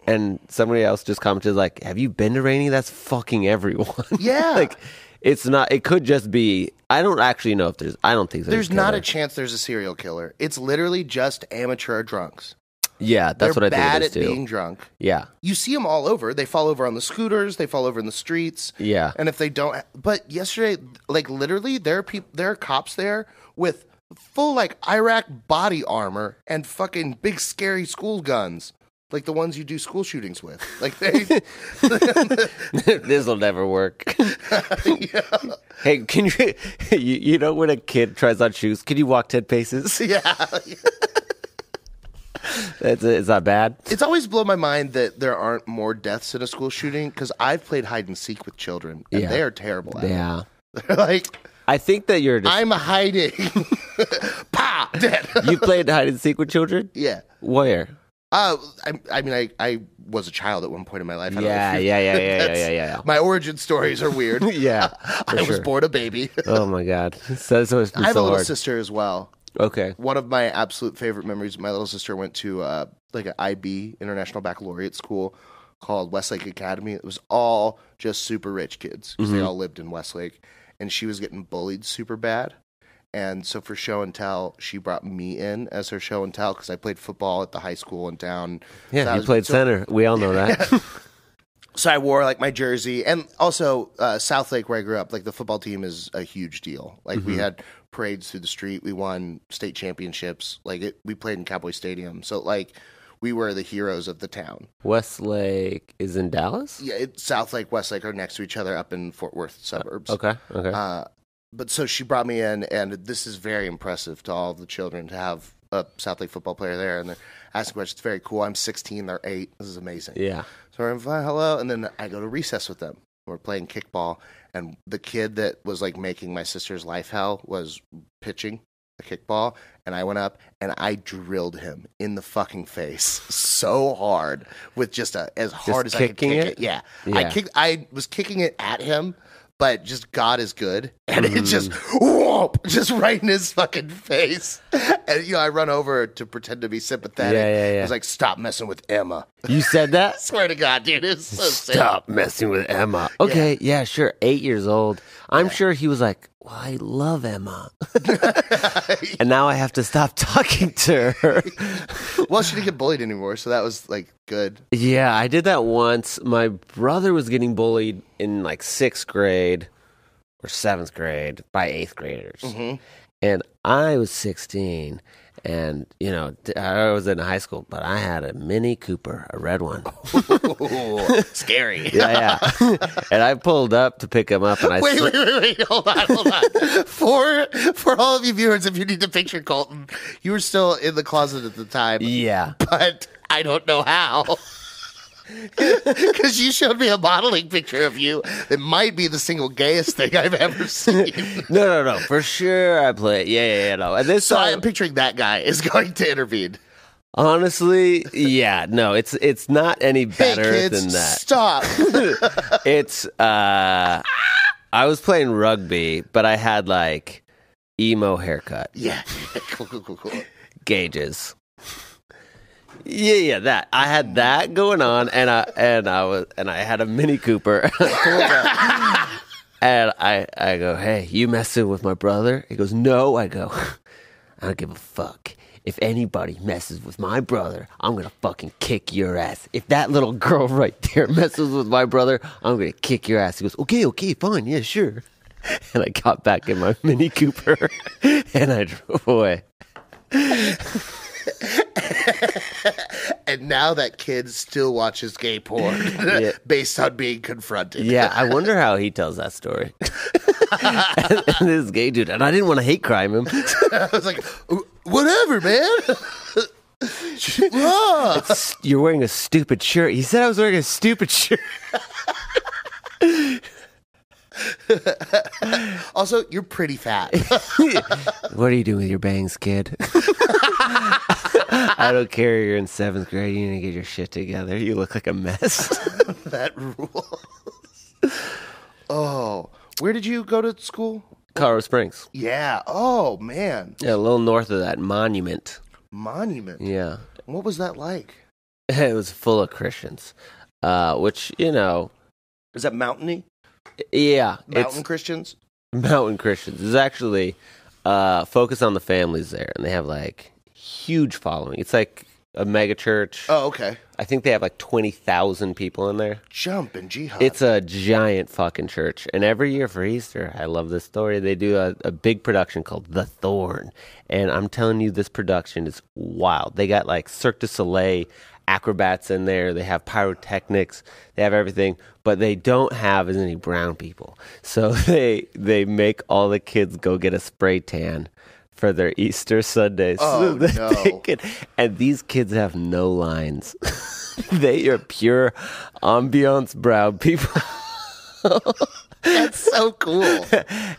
Speaker 2: and somebody else just commented like, "Have you been to Rainy? That's fucking everyone. (laughs)
Speaker 1: Yeah.
Speaker 2: like, it's not. It could just be. I don't actually know if there's. I don't think
Speaker 1: There's not a
Speaker 2: killer.
Speaker 1: chance there's a serial killer. It's literally just amateur drunks.
Speaker 2: yeah, that's
Speaker 1: They're
Speaker 2: what I
Speaker 1: bad
Speaker 2: think it is
Speaker 1: at
Speaker 2: too.
Speaker 1: being drunk.
Speaker 2: yeah,
Speaker 1: You see them all over. They fall over on the scooters. They fall over in the streets.
Speaker 2: yeah.
Speaker 1: And if they don't, but yesterday, like literally, there are people, there are cops there with full like Iraq body armor and fucking big scary school guns, like the ones you do school shootings with. Like
Speaker 2: (laughs)
Speaker 1: they, (laughs)
Speaker 2: this will never work. (laughs) Hey, can you, (laughs) you you know when a kid tries on shoes, can you walk ten paces? (laughs)
Speaker 1: yeah, yeah.
Speaker 2: That's it's not bad.
Speaker 1: It's always blown my mind that there aren't more deaths in a school shooting because I've played hide and seek with children and
Speaker 2: Yeah.
Speaker 1: they are terrible at it. (laughs)
Speaker 2: Yeah,
Speaker 1: They're like,
Speaker 2: I think that you're just,
Speaker 1: I'm hiding. (laughs) pa! Dead.
Speaker 2: (laughs)
Speaker 1: (laughs)
Speaker 2: you played hide and seek with children.
Speaker 1: yeah.
Speaker 2: Where?
Speaker 1: Uh, I, I mean, I, I was a child at one point in my life. I don't know if
Speaker 2: Yeah,
Speaker 1: you-
Speaker 2: yeah, yeah, yeah, yeah,
Speaker 1: That's-
Speaker 2: yeah, yeah.
Speaker 1: (laughs) My origin stories are weird.
Speaker 2: Yeah,
Speaker 1: I
Speaker 2: (laughs) for
Speaker 1: was
Speaker 2: sure.
Speaker 1: born a baby.
Speaker 2: Oh my god, so, that's always been
Speaker 1: I have
Speaker 2: so
Speaker 1: a little
Speaker 2: hard.
Speaker 1: sister as well.
Speaker 2: Okay,
Speaker 1: One of my absolute favorite memories, my little sister went to uh, like an IB, International Baccalaureate School called Westlake Academy. It was all just super rich kids 'cause
Speaker 2: Mm-hmm.
Speaker 1: they all lived in Westlake. And she was getting bullied super bad. And so for show and tell, she brought me in as her show and tell because I played football at the high school in town. So
Speaker 2: yeah,
Speaker 1: I
Speaker 2: you
Speaker 1: was-
Speaker 2: played
Speaker 1: so
Speaker 2: center. We all know that.
Speaker 1: (laughs) so I wore like my jersey, and also uh, South Lake, where I grew up. Like the football team is a huge deal. Like we had parades through the street. We won state championships. Like it, we played in Cowboy Stadium. So like we were the heroes of the town.
Speaker 2: Westlake is in Dallas.
Speaker 1: Yeah, it, South Lake, Westlake are next to each other up in Fort Worth suburbs.
Speaker 2: Okay, okay.
Speaker 1: Uh, but so she brought me in, and this is very impressive to all of the children to have a South Lake football player there, and they're asking questions. It's very cool. I'm 16. They're eight. This is amazing.
Speaker 2: yeah.
Speaker 1: So I'm fine, hello, and then I go to recess with them. We're playing kickball, and the kid that was like making my sister's life hell was pitching a kickball, and I went up and I drilled him in the fucking face (laughs) so hard with just a as hard as I could
Speaker 2: kicking
Speaker 1: kick it.
Speaker 2: it?
Speaker 1: Yeah. I
Speaker 2: Yeah.
Speaker 1: kicked. I was kicking it at him. But just God is good, (laughs) and it just
Speaker 2: Mm.
Speaker 1: whoop, just right in his fucking face. And you know, I run over to pretend to be sympathetic.
Speaker 2: Yeah, yeah, yeah.
Speaker 1: I was like, "Stop messing with Emma."
Speaker 2: You
Speaker 1: (laughs)
Speaker 2: said that.
Speaker 1: Swear to God, dude, it's so sad.
Speaker 2: Stop messing with Emma. Okay, yeah, sure. Eight years old. I'm sure he was like, well, I love Emma. and now I have to stop talking to her.
Speaker 1: (laughs) Well, she didn't get bullied anymore, so that was like (laughs) good.
Speaker 2: yeah, I did that once. My brother was getting bullied in like sixth grade or seventh grade by eighth graders. And I was 16. And, you know, t- I was in high school, but I had a Mini Cooper, a red one.
Speaker 1: Scary.
Speaker 2: Yeah, yeah. (laughs) and I pulled up to pick him up and I
Speaker 1: (laughs) Wait,
Speaker 2: sl-
Speaker 1: wait, wait, wait, hold on, hold on. (laughs) For for all of you viewers, if you need to picture Colton, you were still in the closet at the time,
Speaker 2: Yeah.
Speaker 1: but I don't know how. (laughs) Because you showed me a modeling picture of you that might be the single gayest thing I've ever (laughs) seen.
Speaker 2: No, no, no. For sure, I play. Yeah, yeah, yeah. No. And this
Speaker 1: So I
Speaker 2: song,
Speaker 1: am picturing that guy is going to intervene.
Speaker 2: honestly, yeah, no. It's it's not any
Speaker 1: Hey,
Speaker 2: better
Speaker 1: kids,
Speaker 2: than that.
Speaker 1: (laughs) stop.
Speaker 2: It's uh, I was playing rugby, but I had like emo haircut,
Speaker 1: yeah. Cool, cool, cool, cool.
Speaker 2: gauges. Yeah, yeah, that I had that going on, and I and I was and I had a Mini Cooper. (laughs) And I, I go, hey, you messing with my brother? He goes, no. I go, (laughs) I don't give a fuck. If anybody messes with my brother, I'm gonna fucking kick your ass. If that little girl (laughs) right there messes with my brother, I'm gonna kick your ass. He goes, okay, okay, fine, yeah, sure. (laughs) And I got back in my Mini Cooper (laughs) and I drove away.
Speaker 1: And now that kid still watches gay
Speaker 2: (laughs)
Speaker 1: porn (laughs) based on being confronted. (laughs)
Speaker 2: Yeah, I wonder how he tells that story. (laughs) and, and this gay dude, and I didn't want to hate crime him.
Speaker 1: I was like, "Wh- whatever, man. Look.
Speaker 2: (laughs) S- You're wearing a stupid shirt. He said I was wearing a stupid shirt.
Speaker 1: (laughs)
Speaker 2: (laughs)
Speaker 1: Also, you're pretty fat. (laughs)
Speaker 2: what are you doing with your bangs, kid? (laughs) I don't care. You're in seventh grade. You need to get your shit together. You look like a mess. (laughs)
Speaker 1: that rule. oh, where did you go to school?
Speaker 2: Colorado Springs.
Speaker 1: Yeah. Oh man,
Speaker 2: Yeah, a little north of that monument.
Speaker 1: monument.
Speaker 2: Yeah. (laughs)
Speaker 1: What was that like?
Speaker 2: It was full of Christians, uh, which, you know,
Speaker 1: Is that mountainy?
Speaker 2: yeah.
Speaker 1: Mountain Christians?
Speaker 2: It's mountain Christians. It's actually uh, focused on the families there, and they have like huge following. It's like a mega church.
Speaker 1: Oh, okay.
Speaker 2: I think they have like 20,000 people in there.
Speaker 1: Jump and jihad.
Speaker 2: It's a giant fucking church. And every year for Easter, I love this story. They do a, a big production called The Thorn. And I'm telling you, this production is wild. They got like Cirque du Soleil acrobats in there, they have pyrotechnics, they have everything, but they don't have as many brown people. So (laughs) they they make all the kids go get a spray tan. For their Easter Sunday,
Speaker 1: Oh,
Speaker 2: that they
Speaker 1: no.
Speaker 2: can- and these kids have no lines. (laughs) they are pure ambiance brown people.
Speaker 1: (laughs) That's so
Speaker 2: (laughs)
Speaker 1: cool.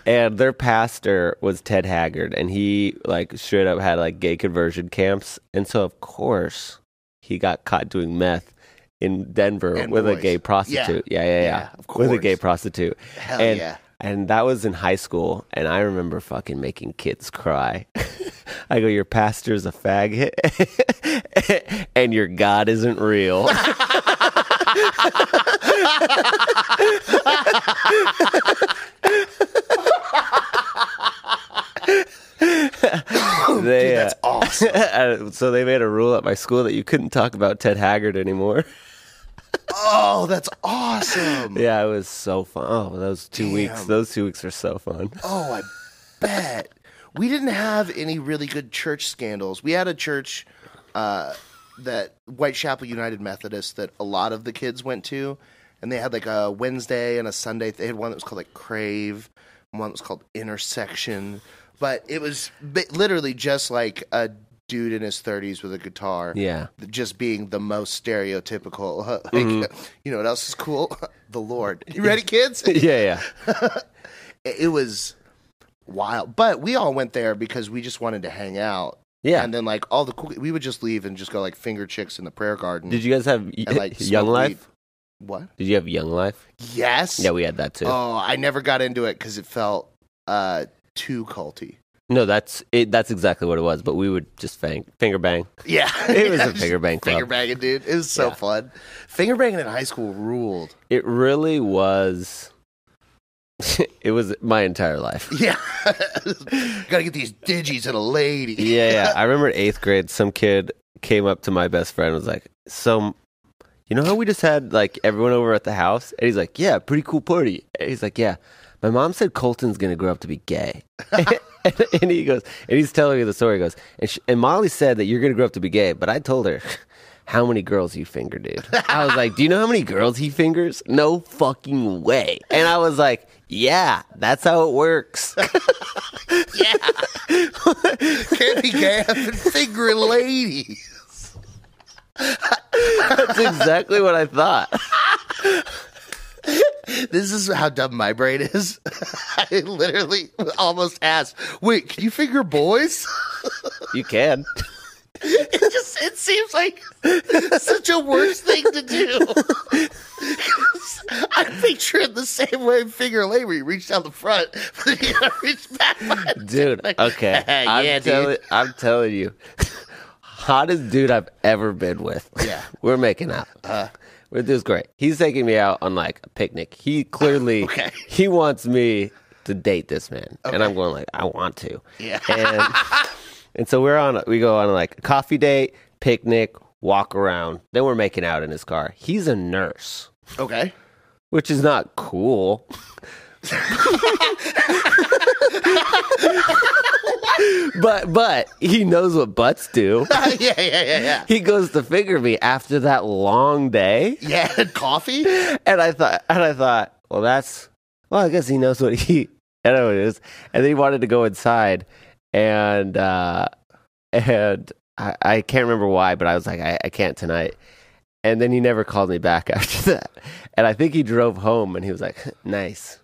Speaker 2: and their pastor was Ted Haggard, and he like straight up had like gay conversion camps, and so of course he got caught doing meth in Denver
Speaker 1: And
Speaker 2: with a
Speaker 1: boys.
Speaker 2: gay prostitute. Yeah, yeah, yeah.
Speaker 1: Yeah, of
Speaker 2: With a
Speaker 1: course.
Speaker 2: gay prostitute.
Speaker 1: Hell
Speaker 2: and,
Speaker 1: yeah.
Speaker 2: And that was in high school, and I remember fucking making kids cry. (laughs) I go, your pastor's a faggot, (laughs) and your God isn't real. they,
Speaker 1: (laughs) Dude,
Speaker 2: (laughs)
Speaker 1: that's
Speaker 2: uh,
Speaker 1: awesome.
Speaker 2: uh, so they made a rule at my school that you couldn't talk about Ted Haggard anymore. (laughs)
Speaker 1: Oh, that's awesome.
Speaker 2: yeah, it was so fun. Oh, those two weeks,
Speaker 1: Damn.
Speaker 2: those two weeks were so fun. (laughs)
Speaker 1: Oh, I bet. We didn't have any really good church scandals. We had a church uh, that Whitechapel United Methodist that a lot of the kids went to, and they had like a Wednesday and a Sunday. They had one that was called like Crave, and one that was called Intersection. But it was bi- literally just like a dude in his 30s with a guitar.
Speaker 2: Yeah.
Speaker 1: Just being the most stereotypical. (laughs) Like, You know what else is cool? (laughs) the Lord. You ready, kids?
Speaker 2: yeah, yeah.
Speaker 1: it it was wild. But we all went there because we just wanted to hang out.
Speaker 2: Yeah.
Speaker 1: And uh, then like all the cool, we would just leave and just go like finger chicks in the prayer garden.
Speaker 2: Did you guys have y-
Speaker 1: and,
Speaker 2: (laughs)
Speaker 1: like,
Speaker 2: Young
Speaker 1: smoke
Speaker 2: Life?
Speaker 1: weed. What?
Speaker 2: Did you have Young Life?
Speaker 1: Yes.
Speaker 2: Yeah, we had that too.
Speaker 1: oh, I never got into it because it felt uh too culty. (laughs)
Speaker 2: no, that's it. That's exactly what it was. But we would just fang, finger bang.
Speaker 1: Yeah.
Speaker 2: It was
Speaker 1: Yeah,
Speaker 2: a
Speaker 1: just
Speaker 2: finger bang club.
Speaker 1: Finger banging, dude. It was so
Speaker 2: Yeah.
Speaker 1: fun. Finger banging in high school ruled. (laughs)
Speaker 2: It really was. (laughs) it was my entire life.
Speaker 1: Yeah. (laughs) Gotta get these digis and a lady. (laughs)
Speaker 2: Yeah, yeah. I remember in eighth grade, some kid came up to my best friend and was like, So, you know how we just had like everyone over at the house? And he's like, Yeah, pretty cool party. And he's like, Yeah, my mom said Colton's going to grow up to be gay. (laughs) and he goes, and he's telling me the story. He goes, and, she, and Molly said that you're going to grow up to be gay, but I told her, (laughs) how many girls you finger, dude? I was like, do you know how many girls he fingers? No fucking way. And I was like, yeah, that's how it works. (laughs)
Speaker 1: (laughs) Can't be gay up and finger a lady.
Speaker 2: that's exactly what I thought.
Speaker 1: This is how dumb my brain is. (laughs) I literally almost asked, "Wait, can you finger boys?" (laughs)
Speaker 2: You can.
Speaker 1: It just it seems like such a worse thing to do. (laughs) 'Cause I picture it the same way finger labor. You reach down the front, but you gotta reach back. (laughs) behind.
Speaker 2: dude. Okay, I'm,
Speaker 1: Yeah, dude.
Speaker 2: telling, I'm telling you, (laughs) hottest dude I've ever been with.
Speaker 1: Yeah.
Speaker 2: (laughs)
Speaker 1: Uh-huh.
Speaker 2: we're making out. we're doing great. He's taking me out on like a picnic. He
Speaker 1: (laughs)
Speaker 2: clearly
Speaker 1: Okay.
Speaker 2: he wants me to date this man, and
Speaker 1: Okay.
Speaker 2: I'm going like I want to.
Speaker 1: Yeah. (laughs)
Speaker 2: and, and so we're on. a- We go on like a coffee date, picnic, walk around. Then we're making out in his car. He's a nurse
Speaker 1: Okay. (laughs)
Speaker 2: which is not cool. but but he knows what butts do.
Speaker 1: yeah, yeah, yeah, yeah.
Speaker 2: He goes to figure me after that long day,
Speaker 1: Yeah, and coffee. (laughs)
Speaker 2: (laughs) and I thought and I thought, well, that's well, I guess he knows what he (laughs) I know what it is. And then he wanted to go inside, and uh, and I, I can't remember why, but I was like, I, I can't tonight. And then he never called me back (laughs) after that. And I think he drove home and he was like, (laughs) nice.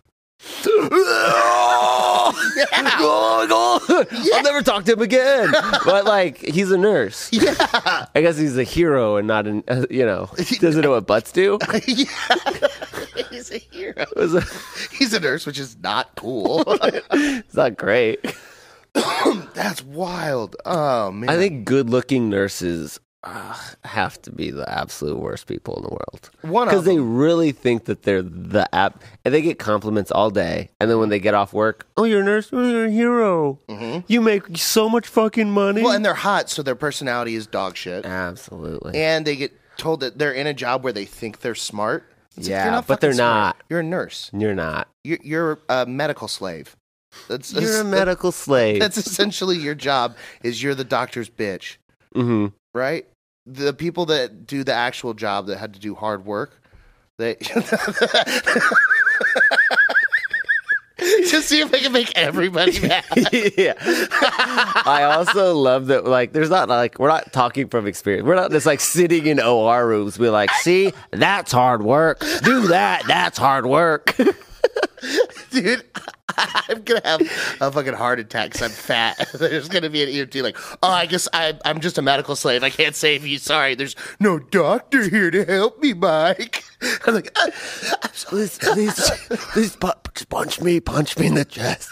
Speaker 2: Oh, my God. (laughs) I'll never talk to him again. but like, he's a nurse.
Speaker 1: Yeah.
Speaker 2: I guess he's a hero and not an, uh, you know, doesn't know what butts do.
Speaker 1: yeah. He's a hero.
Speaker 2: It was a,
Speaker 1: He's a nurse, which is not cool. (laughs)
Speaker 2: it's not great.
Speaker 1: That's wild. Oh man.
Speaker 2: I think good looking nurses uh, have to be the absolute worst people in the world.
Speaker 1: One of
Speaker 2: because they
Speaker 1: them.
Speaker 2: really think that they're the app, and they get compliments all day, and then when they get off work, oh, you're a nurse, oh, you're a hero,
Speaker 1: Mm-hmm.
Speaker 2: you make so much fucking money.
Speaker 1: Well, and they're hot, so their personality is dog shit.
Speaker 2: Absolutely,
Speaker 1: And they get told that they're in a job where they think they're smart. It's like,
Speaker 2: Yeah,
Speaker 1: you're not
Speaker 2: but they're
Speaker 1: fucking smart.
Speaker 2: not.
Speaker 1: You're a nurse.
Speaker 2: you're not.
Speaker 1: You're, you're a medical slave. That's, that's,
Speaker 2: You're a medical slave.
Speaker 1: that's essentially your job. Is you're the doctor's bitch,
Speaker 2: hmm
Speaker 1: right? The people that do the actual job that had to do hard work, they (laughs) just see if they can make
Speaker 2: (laughs)
Speaker 1: everybody mad.
Speaker 2: yeah. I also love that. Like, there's not like we're not talking from experience. We're not just like sitting in OR rooms. We're like, see, that's hard work. Do that. That's hard work. (laughs)
Speaker 1: (laughs) dude. I'm gonna have a fucking heart attack because I'm fat. (laughs) There's gonna be an EMT like, oh, I guess I, I'm just a medical slave. I can't save you. Sorry, there's no doctor here to help me, Mike. (laughs) I'm like, "Ah, I'm so-"
Speaker 2: please, please, please pu- punch me. Punch me in the chest.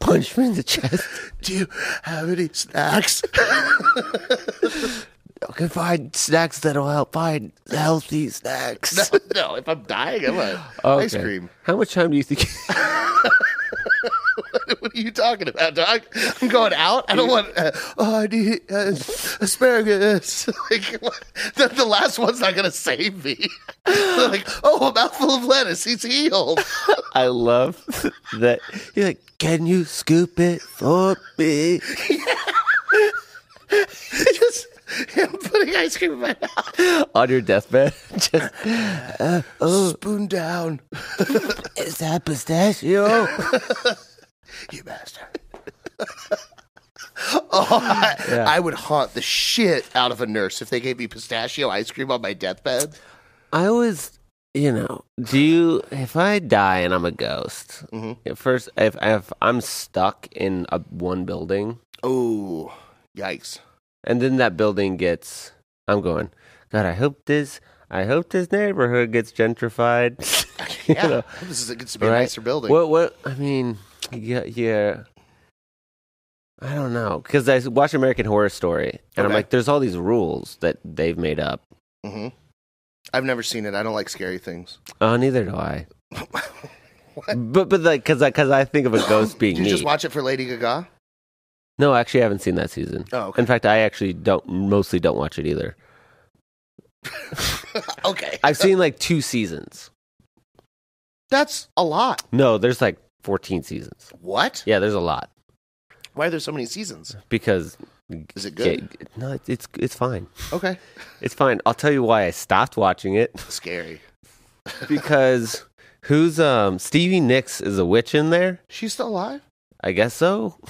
Speaker 2: Punch me in the chest.
Speaker 1: do you have any snacks? (laughs)
Speaker 2: Okay, find snacks that'll help. Find healthy snacks.
Speaker 1: no, if I'm dying, I'm a ice
Speaker 2: Okay.
Speaker 1: cream. (laughs)
Speaker 2: How much time do you think?
Speaker 1: What are you talking about, dog? I'm going out. I don't want. Uh, (laughs) oh, I need uh, asparagus. like what? The, the last one's not gonna save me. (laughs) They're like, oh, a mouthful of lettuce. He's healed. (laughs)
Speaker 2: I love that. You're like, can you scoop it for me?
Speaker 1: (laughs) Just him putting ice cream in my mouth.
Speaker 2: on your deathbed. (laughs) Just
Speaker 1: Spoon down,
Speaker 2: is that pistachio?
Speaker 1: you bastard. (laughs) oh, I,
Speaker 2: Yeah.
Speaker 1: I would haunt the shit out of a nurse if they gave me pistachio ice cream on my deathbed.
Speaker 2: I always, you know, do you? If I die and I'm a ghost, at first, if, if I'm stuck in a, one building,
Speaker 1: Oh, yikes.
Speaker 2: and then that building gets, I'm going. God, I hope this. I hope this neighborhood gets gentrified. (laughs) You
Speaker 1: Yeah,
Speaker 2: know,
Speaker 1: this is it gets to be a
Speaker 2: right?
Speaker 1: nicer building.
Speaker 2: What? What? I mean, yeah, yeah. I don't know because I watch American Horror Story, and I'm
Speaker 1: Okay.
Speaker 2: like, there's all these rules that they've made up.
Speaker 1: hmm I've never seen it. I don't like scary things. (laughs)
Speaker 2: Oh, neither do I. But but like because I because I think of a
Speaker 1: (coughs)
Speaker 2: ghost being
Speaker 1: Did you
Speaker 2: me.
Speaker 1: just watch it for Lady Gaga?
Speaker 2: no, actually, I haven't seen that season.
Speaker 1: (laughs) Oh, okay.
Speaker 2: In fact, I actually don't mostly don't watch it either.
Speaker 1: Okay,
Speaker 2: I've seen like two seasons.
Speaker 1: that's a lot.
Speaker 2: No, there's like fourteen seasons.
Speaker 1: What?
Speaker 2: Yeah, there's a lot
Speaker 1: Why are there so many seasons?
Speaker 2: because
Speaker 1: Is it good?
Speaker 2: no, it's it's it's fine.
Speaker 1: Okay,
Speaker 2: It's fine. I'll tell you why I stopped watching it
Speaker 1: scary.
Speaker 2: because who's um Stevie Nicks is a witch in there.
Speaker 1: She's still alive.
Speaker 2: I guess so.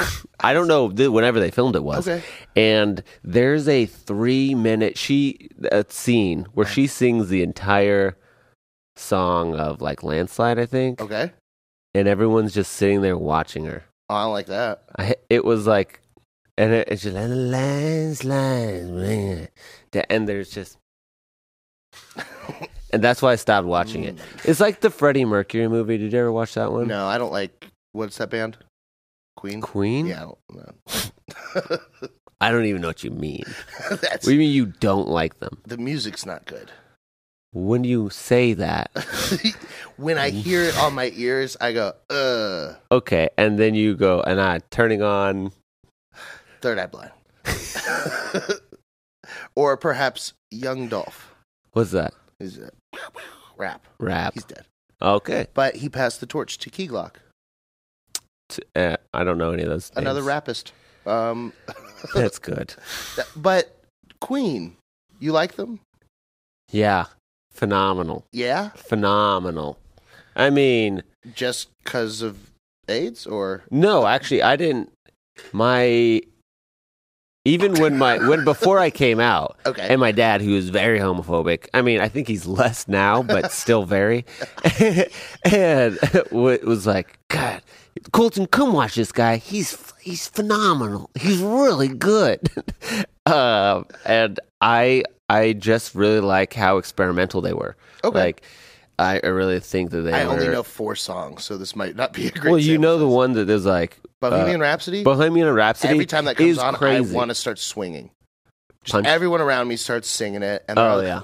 Speaker 2: I don't know. th- Whenever they filmed it was,
Speaker 1: Okay.
Speaker 2: and there's a three minute she a scene where she sings the entire song of like landslide, I think,
Speaker 1: Okay,
Speaker 2: and everyone's just sitting there watching her.
Speaker 1: oh, I don't like that.
Speaker 2: I, it was like, and it, it's just like, landslide, man. The- and there's just, and that's why I stopped watching it. It's like the Freddie Mercury movie. Did you ever watch that one?
Speaker 1: Mm. No, I don't like what's that band? Queen.
Speaker 2: Queen.
Speaker 1: Yeah, I don't
Speaker 2: I don't even know what you mean.
Speaker 1: know. (laughs) That's
Speaker 2: What do you mean you don't like them?
Speaker 1: the music's not good. (laughs)
Speaker 2: When you say that,
Speaker 1: when I hear it on my ears, I go, "Uh,
Speaker 2: okay, and then you go and I turning on.
Speaker 1: Third Eye Blind," (laughs) or perhaps Young Dolph
Speaker 2: What's that
Speaker 1: is a rap.
Speaker 2: rap?
Speaker 1: He's dead,
Speaker 2: Okay,
Speaker 1: but he passed the torch to Key Glock,
Speaker 2: T- eh, I don't know any of those. Names.
Speaker 1: another rapist. Um,
Speaker 2: (laughs) That's good.
Speaker 1: th- but Queen, you like them?
Speaker 2: Yeah, phenomenal,
Speaker 1: Yeah,
Speaker 2: phenomenal. I mean,
Speaker 1: just because of AIDS or
Speaker 2: no, actually, I didn't. My Even when my when before I came out,
Speaker 1: Okay.
Speaker 2: and my dad, who is very homophobic. I mean, I think he's less now, but still very. (laughs) and wa- was like, God, Colton, come watch this guy. He's he's phenomenal. He's really good. (laughs) um, and I I just really like how experimental they were.
Speaker 1: Okay.
Speaker 2: Like, I I really think that they.
Speaker 1: I
Speaker 2: were,
Speaker 1: only know four songs, so this might not be a great.
Speaker 2: Well, you
Speaker 1: sample.
Speaker 2: know the one that is like
Speaker 1: Bohemian Rhapsody.
Speaker 2: Bohemian Rhapsody.
Speaker 1: Every time that comes
Speaker 2: is
Speaker 1: on,
Speaker 2: crazy.
Speaker 1: I want to start swinging. Just
Speaker 2: Punch-
Speaker 1: everyone around me starts singing it, and they're
Speaker 2: Oh,
Speaker 1: like,
Speaker 2: yeah.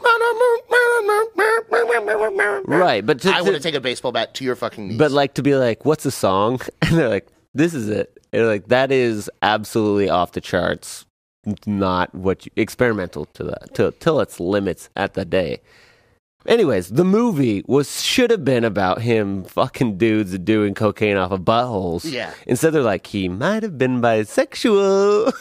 Speaker 2: Right, but to,
Speaker 1: I
Speaker 2: to-
Speaker 1: want to take a baseball bat to your fucking knees.
Speaker 2: but like to be like, what's a song? (laughs) And they're like, this is it. And they're like that is absolutely off the charts. Not what you, experimental to that to till its limits at the day. Anyways, the movie was should have been about him fucking dudes doing cocaine off of buttholes. (laughs)
Speaker 1: Yeah.
Speaker 2: Instead, they're like he might have been bisexual.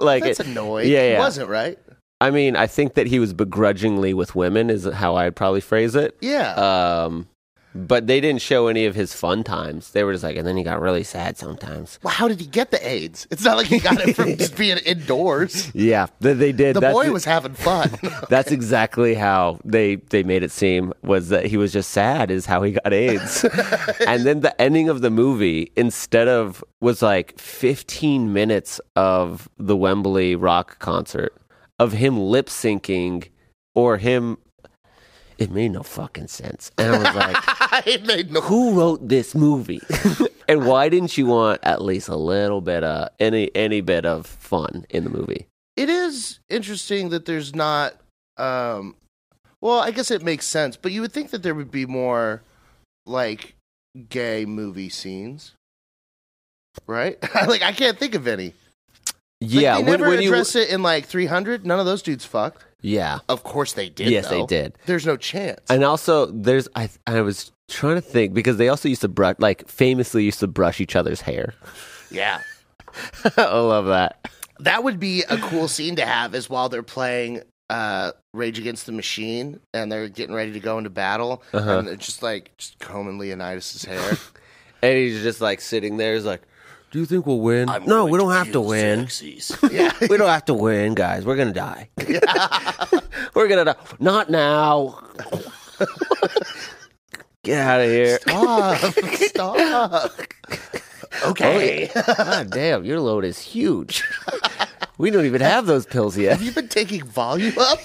Speaker 2: (laughs) like
Speaker 1: that's
Speaker 2: it-
Speaker 1: annoying.
Speaker 2: Yeah,
Speaker 1: It
Speaker 2: yeah.
Speaker 1: wasn't right.
Speaker 2: I mean, I think that he was begrudgingly with women is how I'd probably phrase it.
Speaker 1: Yeah,
Speaker 2: Um, but they didn't show any of his fun times. They were just like, and then he got really sad sometimes.
Speaker 1: well, how did he get the AIDS? It's not like he got it
Speaker 2: (laughs)
Speaker 1: from just being indoors.
Speaker 2: Yeah, they, they did.
Speaker 1: The
Speaker 2: that's, e-, (laughs)
Speaker 1: boy was having fun.
Speaker 2: That's exactly how they they made it seem was that he was just sad is how he got
Speaker 1: (laughs)
Speaker 2: AIDS. and then the ending of the movie instead of was like 15 minutes of the Wembley rock concert of him lip syncing or him it made no fucking sense. And I was
Speaker 1: (laughs)
Speaker 2: like
Speaker 1: it made no.
Speaker 2: who wrote this movie (laughs) and why didn't you want at least a little bit of any any bit of fun in the movie
Speaker 1: It is interesting that there's not. Um, well, I guess it makes sense, but you would think that there would be more like gay movie scenes, right? (laughs) like I can't think of any. Like,
Speaker 2: yeah
Speaker 1: they
Speaker 2: when,
Speaker 1: never
Speaker 2: when you
Speaker 1: address it in like 300. None of those dudes fucked.
Speaker 2: yeah
Speaker 1: Of course they did.
Speaker 2: yes they
Speaker 1: though.
Speaker 2: did
Speaker 1: There's no chance.
Speaker 2: and also there's i i was trying to think because they also used to brush like famously used to brush each other's hair (laughs)
Speaker 1: yeah.
Speaker 2: i love that
Speaker 1: That would be a cool scene to have is while they're playing uh, Rage Against the Machine and they're getting ready to go into battle
Speaker 2: Uh-huh.
Speaker 1: and they're just like just combing Leonidas's hair.
Speaker 2: and he's just like sitting there he's like do you think we'll win no we don't have to win
Speaker 1: yeah.
Speaker 2: we don't have to win guys we're gonna die (laughs) we're gonna die not now (laughs) get out of here (laughs)
Speaker 1: Stop. Stop. Okay.
Speaker 2: Oh, yeah. God damn, your load is huge. (laughs) we don't even have those pills yet.
Speaker 1: Have you been taking volume up?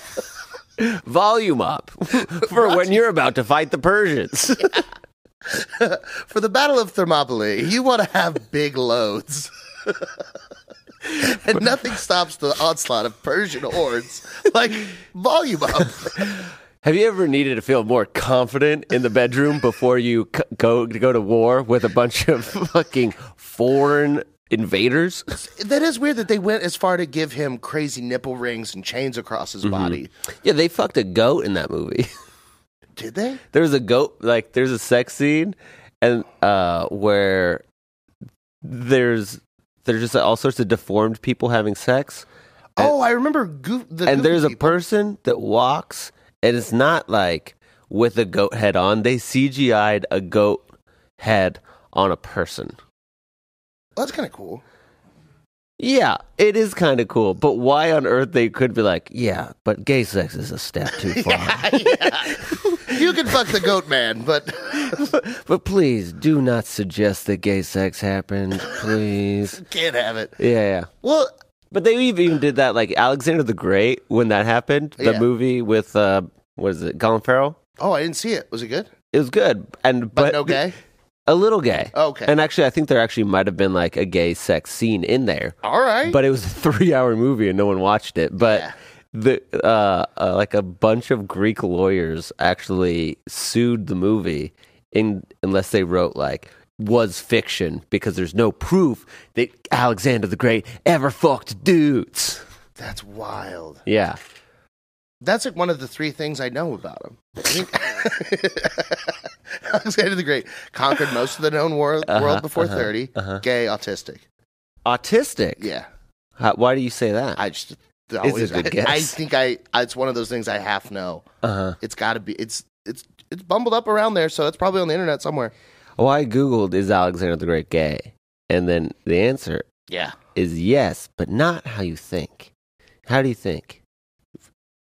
Speaker 2: Volume up (laughs) for when you're about to fight the Persians. (laughs)
Speaker 1: For the Battle of Thermopylae, you want to have big loads. and nothing stops the onslaught of Persian hordes like volume up.
Speaker 2: have you ever needed to feel more confident in the bedroom before you c- go to go to war with a bunch of (laughs) fucking foreign invaders?
Speaker 1: that is weird that they went as far to give him crazy nipple rings and chains across
Speaker 2: Mm-hmm.
Speaker 1: his body.
Speaker 2: Yeah, they fucked a goat in that movie.
Speaker 1: Did they?
Speaker 2: there's a goat like there's a sex scene and uh where there's there's just all sorts of deformed people having sex
Speaker 1: oh, I remember goof, the
Speaker 2: and
Speaker 1: goofy
Speaker 2: there's a
Speaker 1: people.
Speaker 2: person that walks and it's not like with a goat head on they cgi'd a goat head on a person
Speaker 1: That's kind of cool.
Speaker 2: yeah it is kind of cool but why on earth they could be like yeah but gay sex is a step too
Speaker 1: (laughs)
Speaker 2: far
Speaker 1: You can fuck the goat man, but (laughs)
Speaker 2: (laughs) but please do not suggest that gay sex happened
Speaker 1: (laughs)
Speaker 2: please
Speaker 1: can't have it.
Speaker 2: yeah yeah
Speaker 1: Well,
Speaker 2: But they even did that, like Alexander the Great, when that happened, the
Speaker 1: Yeah.
Speaker 2: movie with uh, what is it, Colin Farrell?
Speaker 1: oh, I didn't see it. Was it good?
Speaker 2: It was good, and but,
Speaker 1: But, no gay. Oh,
Speaker 2: a little gay.
Speaker 1: Okay.
Speaker 2: and actually, I think there actually might have been like a gay sex scene in there,
Speaker 1: All right.
Speaker 2: but it was a (laughs) three-hour movie and no one watched it. But
Speaker 1: Yeah.
Speaker 2: the uh, uh, like a bunch of Greek lawyers actually sued the movie, in unless they wrote like was fiction because there's no proof that Alexander the Great ever fucked dudes.
Speaker 1: That's wild.
Speaker 2: Yeah.
Speaker 1: That's like one of the three things I know about him. I think (laughs) Alexander the Great conquered most of the known wor-
Speaker 2: Uh-huh,
Speaker 1: world before 30. Gay, autistic.
Speaker 2: autistic.
Speaker 1: uh-huh, Yeah.
Speaker 2: How, why do you say that?
Speaker 1: I just always,
Speaker 2: good
Speaker 1: I,
Speaker 2: guess.
Speaker 1: I think I it's one of those things I half know.
Speaker 2: uh-huh.
Speaker 1: It's got to be it's it's it's bumbled up around there, so it's probably on the internet somewhere.
Speaker 2: Well, I googled is Alexander the Great gay, and then the answer
Speaker 1: Yeah.
Speaker 2: is yes, but not how you think. How do you think?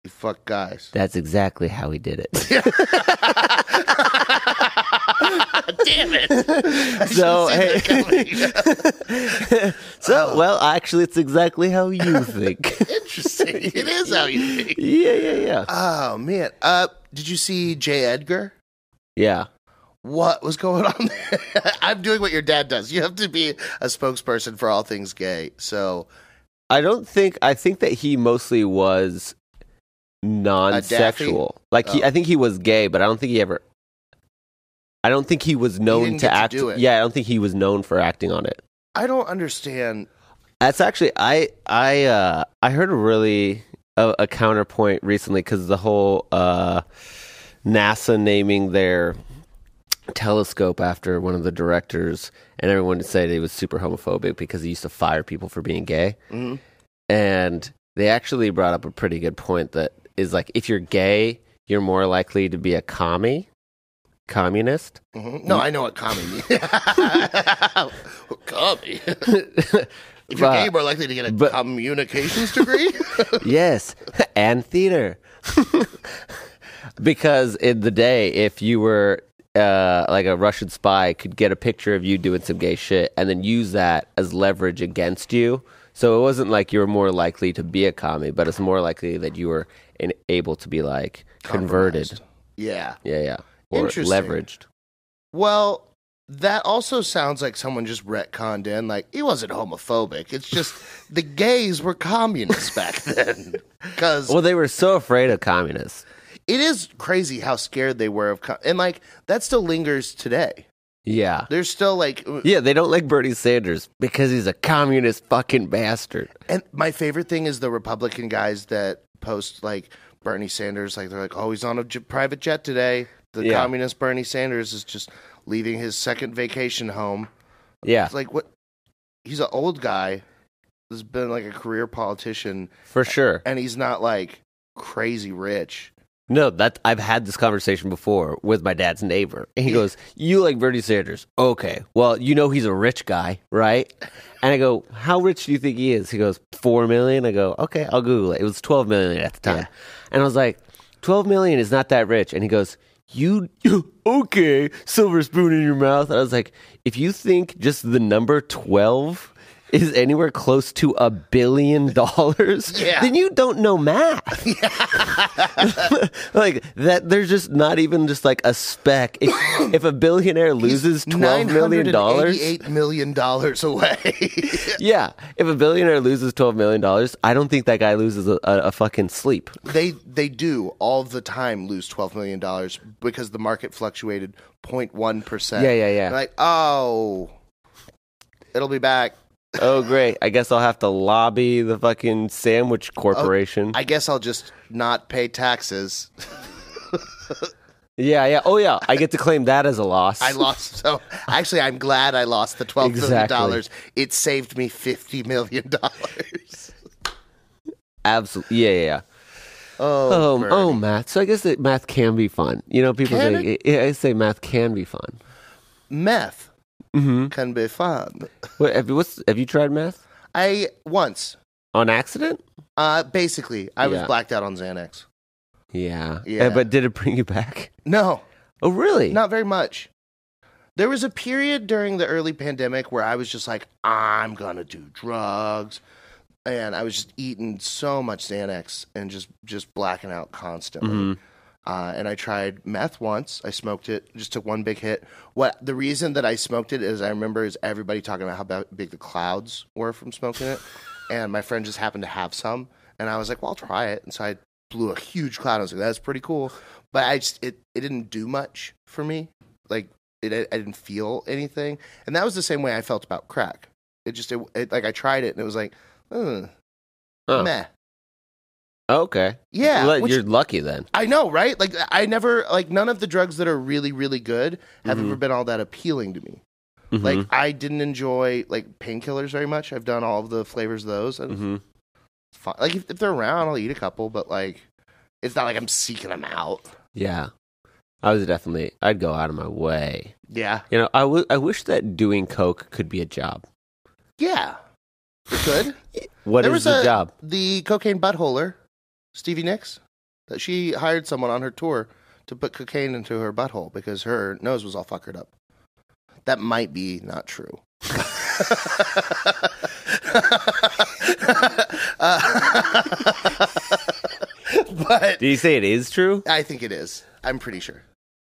Speaker 1: You fuck
Speaker 2: (laughs)
Speaker 1: guys. (laughs)
Speaker 2: That's exactly how he did it.
Speaker 1: Damn
Speaker 2: (laughs)
Speaker 1: it. I
Speaker 2: so hey,
Speaker 1: should've seen that coming. (laughs)
Speaker 2: (laughs)
Speaker 1: Oh.
Speaker 2: so well, actually, it's exactly how you think.
Speaker 1: Interesting. (laughs) It is how you think.
Speaker 2: (laughs) yeah, yeah, yeah,
Speaker 1: Oh man. Uh did you see J. Edgar?
Speaker 2: yeah.
Speaker 1: What was going (laughs) on there? I'm doing what your dad does. You have to be a spokesperson for all things gay. So
Speaker 2: I don't think. I think that he mostly was non-sexual. Like he,
Speaker 1: Oh.
Speaker 2: I think he was gay, but I don't think he ever. I don't think he was known
Speaker 1: didn't
Speaker 2: to
Speaker 1: get to
Speaker 2: act.
Speaker 1: do it.
Speaker 2: Yeah, I don't think he was known for acting on it.
Speaker 1: I don't understand.
Speaker 2: That's actually I I uh I heard a really a, a counterpoint recently because the whole uh NASA naming their telescope after one of the directors and everyone said he was super homophobic because he used to fire people for being gay
Speaker 1: Mhm.
Speaker 2: and they actually brought up a pretty good point that is like if you're gay you're more likely to be a commie communist
Speaker 1: Mhm. No, I know what commie means. (laughs)
Speaker 2: (laughs)
Speaker 1: commie. If you're
Speaker 2: But-
Speaker 1: gay, you more likely to get a
Speaker 2: but-
Speaker 1: communications degree.
Speaker 2: yes, (laughs) and theater. (laughs) because in the day, if you were uh, like a Russian spy, could get a picture of you doing some gay shit and then use that as leverage against you. So it wasn't like you were more likely to be a commie, but it's more likely that you were in, able to be like (laughs) converted.
Speaker 1: (laughs) yeah.
Speaker 2: Yeah, yeah. Or
Speaker 1: Interesting.
Speaker 2: leveraged.
Speaker 1: Well, that also sounds like someone just retconned in. Like he wasn't homophobic. It's
Speaker 2: (laughs)
Speaker 1: just the gays were communists back then. Because
Speaker 2: Well, they were so afraid of communists.
Speaker 1: it is crazy how scared they were of, com- and like that still lingers today.
Speaker 2: Yeah.
Speaker 1: There's still like, uh,
Speaker 2: Yeah, they don't like Bernie Sanders because he's a communist fucking bastard.
Speaker 1: and my favorite thing is the Republican guys that post like Bernie Sanders. Like they're like, oh, he's on a j- private jet today. The
Speaker 2: Yeah.
Speaker 1: communist Bernie Sanders is just leaving his second vacation home.
Speaker 2: Yeah,
Speaker 1: It's like what? He's an old guy. Has been like a career politician,
Speaker 2: for sure.
Speaker 1: and he's not like crazy rich.
Speaker 2: No, that I've had this conversation before with my dad's neighbor, and he goes, "You like Bernie Sanders? Okay, well, you know he's a rich guy, right?" And I go, "How rich do you think he is?" He goes, four million. I go, "Okay, I'll Google it." It was twelve million at the time, and I was like, 12 million is not that rich." And he goes, "You (laughs) okay? Silver spoon in your mouth?" And I was like, "If you think just the number twelve is anywhere close to a billion dollars,
Speaker 1: Yeah.
Speaker 2: then you don't know math." like that there's just not even just like a speck if, if a billionaire loses 12 million dollars
Speaker 1: eight million dollars away. (laughs)
Speaker 2: yeah if a billionaire loses 12 million dollars i don't think that guy loses a, a, a fucking sleep
Speaker 1: they they do all the time lose twelve million dollars because the market fluctuated 0.1 percent.
Speaker 2: Yeah, yeah, yeah.
Speaker 1: Like oh, it'll be back.
Speaker 2: oh great i guess i'll have to lobby the fucking sandwich corporation
Speaker 1: Oh, I guess I'll just not pay taxes. (laughs)
Speaker 2: yeah yeah oh yeah i get to claim that as a loss
Speaker 1: I lost. So actually, I'm glad I lost the twelve million dollars. It saved me fifty million dollars.
Speaker 2: absolutely yeah yeah, yeah.
Speaker 1: Oh,
Speaker 2: Oh,
Speaker 1: Bernie.
Speaker 2: oh, math. So I guess that math can be fun. You know, people
Speaker 1: Can
Speaker 2: say, yeah, I say math can be fun.
Speaker 1: meth
Speaker 2: Mm-hmm.
Speaker 1: can be fun.
Speaker 2: What, have, you- what's, have you tried math
Speaker 1: I once,
Speaker 2: on accident?
Speaker 1: uh, basically, I was
Speaker 2: Yeah.
Speaker 1: blacked out on Xanax.
Speaker 2: Yeah.
Speaker 1: Yeah.
Speaker 2: Uh, But did it bring you back?
Speaker 1: No,
Speaker 2: Oh, really?
Speaker 1: not very much. There was a period during the early pandemic where I was just like, I'm gonna do drugs, and I was just eating so much Xanax and just just blacking out constantly. Uh, and I tried meth once. I smoked it, just took one big hit. What the reason that I smoked it is I remember is everybody talking about how ba- big the clouds were from smoking it, and my friend just happened to have some, and I was like, "Well, I'll try it." And so I blew a huge cloud. I was like, "That's pretty cool," but I just it it didn't do much for me. Like it, I didn't feel anything, and that was the same way I felt about crack. It just it, it like I tried it and it was like, Ugh,
Speaker 2: Oh,
Speaker 1: meh,
Speaker 2: Okay.
Speaker 1: yeah.
Speaker 2: Well,
Speaker 1: which-
Speaker 2: you're lucky then.
Speaker 1: I know, right? Like I never like none of the drugs that are really really good have ever been all that appealing to me.
Speaker 2: Mm-hmm.
Speaker 1: Like I didn't enjoy like painkillers very much. I've done all of the flavors of those. And
Speaker 2: Mhm.
Speaker 1: it's fine. Like if, if they're around, I'll eat a couple, but like it's not like I'm seeking them out.
Speaker 2: yeah. I was definitely, I'd go out of my way.
Speaker 1: Yeah.
Speaker 2: You know, I, w- I wish that doing Coke could be a job.
Speaker 1: Yeah. It could.
Speaker 2: What
Speaker 1: There
Speaker 2: is
Speaker 1: was
Speaker 2: the
Speaker 1: a-
Speaker 2: job?
Speaker 1: The cocaine buttholer, Stevie Nicks, that she hired someone on her tour to put cocaine into her butthole because her nose was all fuckered up. That might be not true. (laughs) Uh, (laughs) but
Speaker 2: Did you say it is true?
Speaker 1: I think it is. I'm pretty sure.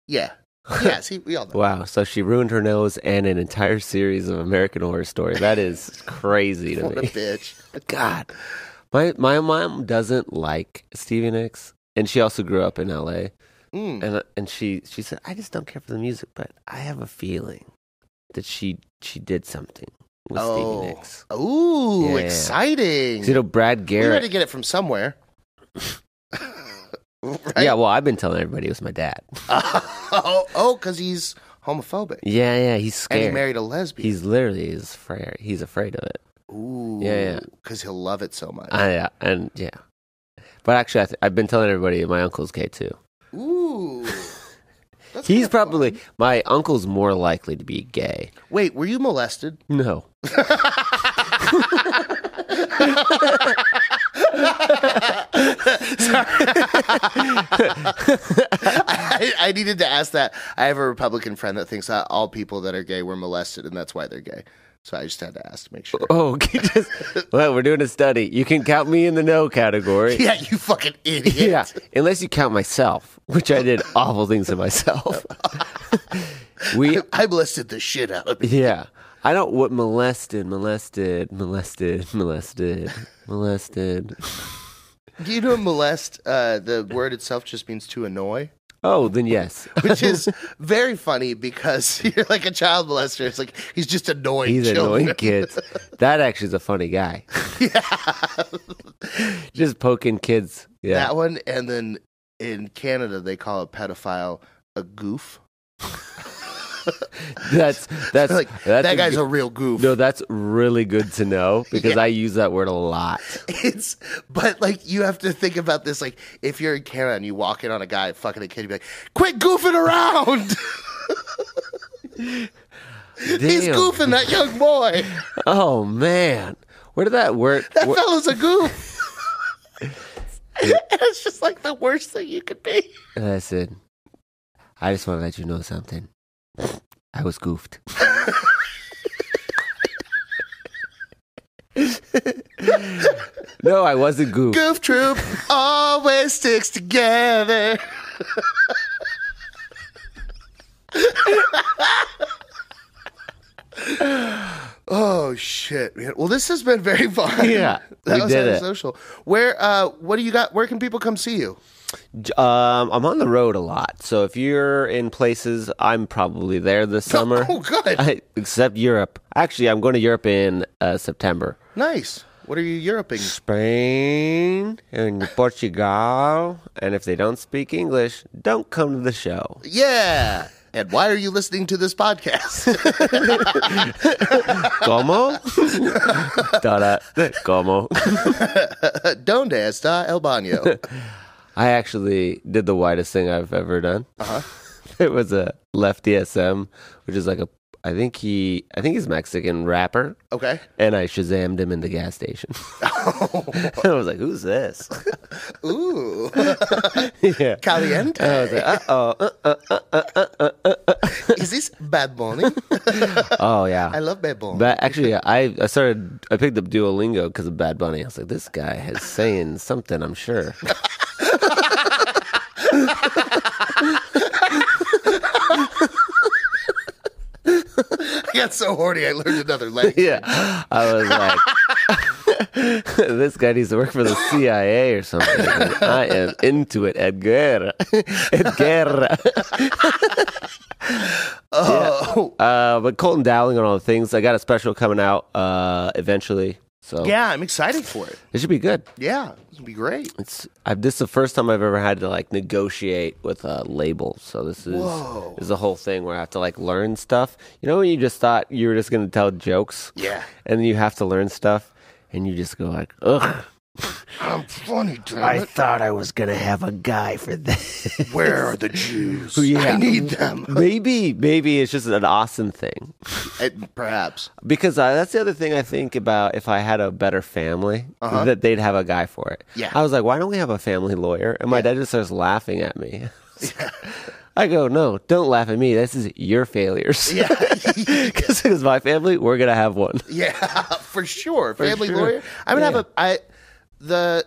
Speaker 1: Yeah. Yeah, see, we all know.
Speaker 2: Wow. So she ruined her nose and an entire series of American Horror Story. That is crazy to
Speaker 1: What a (laughs)
Speaker 2: me.
Speaker 1: bitch.
Speaker 2: God, my my mom doesn't like Stevie Nicks, and she also grew up in L.A.
Speaker 1: Mm.
Speaker 2: and uh, and she she said I just don't care for the music, but I have a feeling that she she did something with
Speaker 1: Oh.
Speaker 2: Stevie Nicks.
Speaker 1: Ooh,
Speaker 2: Yeah.
Speaker 1: exciting.
Speaker 2: 'Cause, You know, Brad
Speaker 1: We had to
Speaker 2: Garrett.
Speaker 1: get it from
Speaker 2: (laughs)
Speaker 1: somewhere. right?
Speaker 2: Yeah, well, I've been telling everybody it was my dad.
Speaker 1: (laughs)
Speaker 2: (laughs)
Speaker 1: Oh, oh, because he's homophobic.
Speaker 2: Yeah, yeah, he's
Speaker 1: And he
Speaker 2: scared.
Speaker 1: married a lesbian.
Speaker 2: he's literally is afraid. He's afraid of it.
Speaker 1: Ooh.
Speaker 2: Yeah, yeah.
Speaker 1: Because he'll love it so much.
Speaker 2: I, uh, and yeah, but actually, I th- I've been telling everybody my uncle's gay too.
Speaker 1: Ooh. That's
Speaker 2: He's
Speaker 1: kinda fun.
Speaker 2: probably my uncle's more likely to be gay.
Speaker 1: Wait, were you molested? (laughs)
Speaker 2: No, (laughs)
Speaker 1: I, I needed to ask that. I have a Republican friend that thinks that all people that are gay were molested, and that's why they're gay. So I just had to ask to make
Speaker 2: (laughs)
Speaker 1: sure.
Speaker 2: Oh, okay, just, well, we're doing a study. You can count me in the no category.
Speaker 1: Yeah, you fucking idiot.
Speaker 2: Yeah, unless you count myself, which I did awful things to myself. (laughs) we,
Speaker 1: (laughs) I molested the shit out of me.
Speaker 2: yeah, I don't what molested, molested, molested, molested, molested.
Speaker 1: Do you know molest? Uh, the word itself just means to annoy,
Speaker 2: Oh,
Speaker 1: (laughs)
Speaker 2: then yes,
Speaker 1: which is very funny because (laughs) you're like a child molester. It's like he's just annoying.
Speaker 2: he's
Speaker 1: children.
Speaker 2: annoying kids. That actually is a funny guy.
Speaker 1: (laughs)
Speaker 2: Yeah, just poking kids. Yeah,
Speaker 1: That one, and then in Canada they call a pedophile a goof.
Speaker 2: (laughs)
Speaker 1: (laughs)
Speaker 2: that's that's
Speaker 1: Like
Speaker 2: that's
Speaker 1: that
Speaker 2: a
Speaker 1: guy's
Speaker 2: good-
Speaker 1: a real goof.
Speaker 2: No, that's really good to know because I use that word a lot.
Speaker 1: (laughs) It's but like you have to think about this. Like if you're in Canada and you walk in on a guy fucking a kid, you'd be like, "Quit goofing around." (laughs) He's
Speaker 2: Damn.
Speaker 1: goofing that young boy.
Speaker 2: Oh man, where did that word?
Speaker 1: That
Speaker 2: where-
Speaker 1: fellow's a
Speaker 2: (laughs)
Speaker 1: goof. (laughs) and it's just like the worst thing you could be.
Speaker 2: Listen, I just want to let you know something. I was (laughs) goofed. no, I wasn't goofed.
Speaker 1: Goof troop always sticks together. oh shit, man. Well, this has been very fun.
Speaker 2: (laughs) Yeah,
Speaker 1: that
Speaker 2: we
Speaker 1: was
Speaker 2: did
Speaker 1: Highly
Speaker 2: it.
Speaker 1: social. Where, uh, what do you got? Where can people come see you?
Speaker 2: J- Um, I'm on the road a lot, so if you're in places, I'm probably there this summer.
Speaker 1: Oh, good.
Speaker 2: I, except Europe. Actually, I'm going to Europe in uh, September.
Speaker 1: nice. What are you Europing?
Speaker 2: Spain and Portugal. And if they don't speak English, don't come to the show.
Speaker 1: Yeah. And why are you listening to this podcast? (laughs)
Speaker 2: Como? Dada, como?
Speaker 1: Donde está uh, el
Speaker 2: (laughs)
Speaker 1: baño?
Speaker 2: I actually did the widest thing I've ever done.
Speaker 1: Uh-huh.
Speaker 2: It was a left DSM, which is like a, I think he, I think he's Mexican rapper.
Speaker 1: Okay.
Speaker 2: And I shazammed him in the gas station. I was like, who's this?
Speaker 1: Ooh.
Speaker 2: yeah.
Speaker 1: Caliente.
Speaker 2: I was like, uh-oh, uh oh.
Speaker 1: Is this Bad Bunny?
Speaker 2: Oh, yeah.
Speaker 1: I love Bad Bunny.
Speaker 2: But actually, I, I started. I picked up Duolingo because of Bad Bunny. I was like, this guy is saying something. I'm sure.
Speaker 1: (laughs) I got so horny I learned another (laughs) language.
Speaker 2: Yeah, I was like, (laughs) this guy needs to work for the CIA or something. And I am into it, Edgar. (laughs) Edgar.
Speaker 1: Oh.
Speaker 2: Uh, but Colton Dowling on all the things. I got a special coming out uh, eventually, so
Speaker 1: Yeah, I'm excited for it.
Speaker 2: it should be good.
Speaker 1: Yeah, it'll be great.
Speaker 2: It's I've this is the first time I've ever had to like negotiate with a label. So this is
Speaker 1: Whoa.
Speaker 2: this is a whole thing where I have to like learn stuff. You know when you just thought you were just gonna tell jokes?
Speaker 1: Yeah.
Speaker 2: And then you have to learn stuff and you just go like, Ugh
Speaker 1: I'm funny, damn
Speaker 2: I
Speaker 1: it.
Speaker 2: thought I was gonna have a guy for (laughs) this.
Speaker 1: (laughs) Where are the Jews? I
Speaker 2: Yeah.
Speaker 1: need them.
Speaker 2: maybe, maybe it's just an Austin thing
Speaker 1: And perhaps.
Speaker 2: because uh, that's the other thing I think about. If I had a better family, that they'd have a guy for it.
Speaker 1: Yeah.
Speaker 2: I was like, why don't we have a family lawyer? And my dad just starts laughing at me. (laughs) I go, no, don't laugh at me. This is your failures. (laughs)
Speaker 1: Yeah.
Speaker 2: because my family, we're gonna have one.
Speaker 1: (laughs) Yeah, for sure. Family
Speaker 2: sure.
Speaker 1: lawyer. I'm gonna
Speaker 2: Yeah.
Speaker 1: have a I the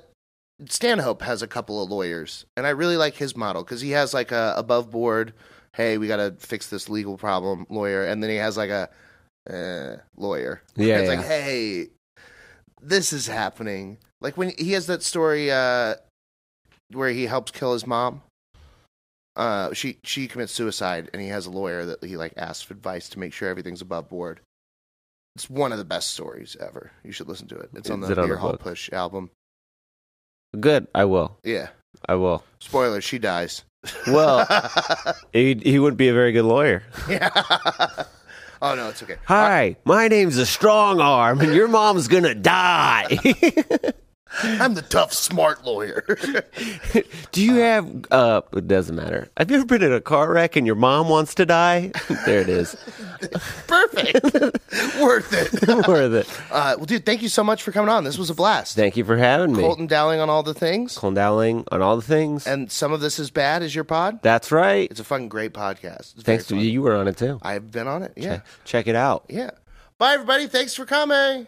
Speaker 1: Stanhope has a couple of lawyers, and I really like his model because he has like a above board. Hey, we gotta fix this legal problem, lawyer, and then he has like a uh, lawyer.
Speaker 2: Yeah,
Speaker 1: it's
Speaker 2: yeah.
Speaker 1: like hey, this is happening. Like when he has that story uh, where he helps kill his mom. Uh, she she commits suicide, and he has a lawyer that he like asks for advice to make sure everything's above board. It's one of the best stories ever. You should listen to it. It's on
Speaker 2: Is
Speaker 1: the
Speaker 2: it on
Speaker 1: Beer
Speaker 2: the
Speaker 1: Hall
Speaker 2: book?
Speaker 1: Push album.
Speaker 2: Good. I will.
Speaker 1: Yeah.
Speaker 2: I will.
Speaker 1: Spoiler: She dies.
Speaker 2: (laughs) Well, he, he wouldn't be a very good lawyer.
Speaker 1: (laughs) yeah. oh no, it's okay.
Speaker 2: Hi, my name's a strong arm, and your mom's gonna die. (laughs)
Speaker 1: I'm the tough, smart lawyer. (laughs)
Speaker 2: Do you have? Uh, it doesn't matter. Have you ever been in a car wreck and your mom wants to die? (laughs) there it is. (laughs)
Speaker 1: Perfect. Worth it.
Speaker 2: Worth it.
Speaker 1: Uh, well, dude, thank you so much for coming on. This was a blast.
Speaker 2: Thank you for having me, Colton,
Speaker 1: Colton Dowling on all the things,
Speaker 2: Dowling, on all the things.
Speaker 1: and some of this is bad. Is your pod?
Speaker 2: That's right.
Speaker 1: It's a fucking great podcast. It's very
Speaker 2: Thanks to
Speaker 1: fun.
Speaker 2: you, you were on it too.
Speaker 1: I've been on it. Yeah.
Speaker 2: Check it out.
Speaker 1: Yeah. Bye, everybody. Thanks for coming.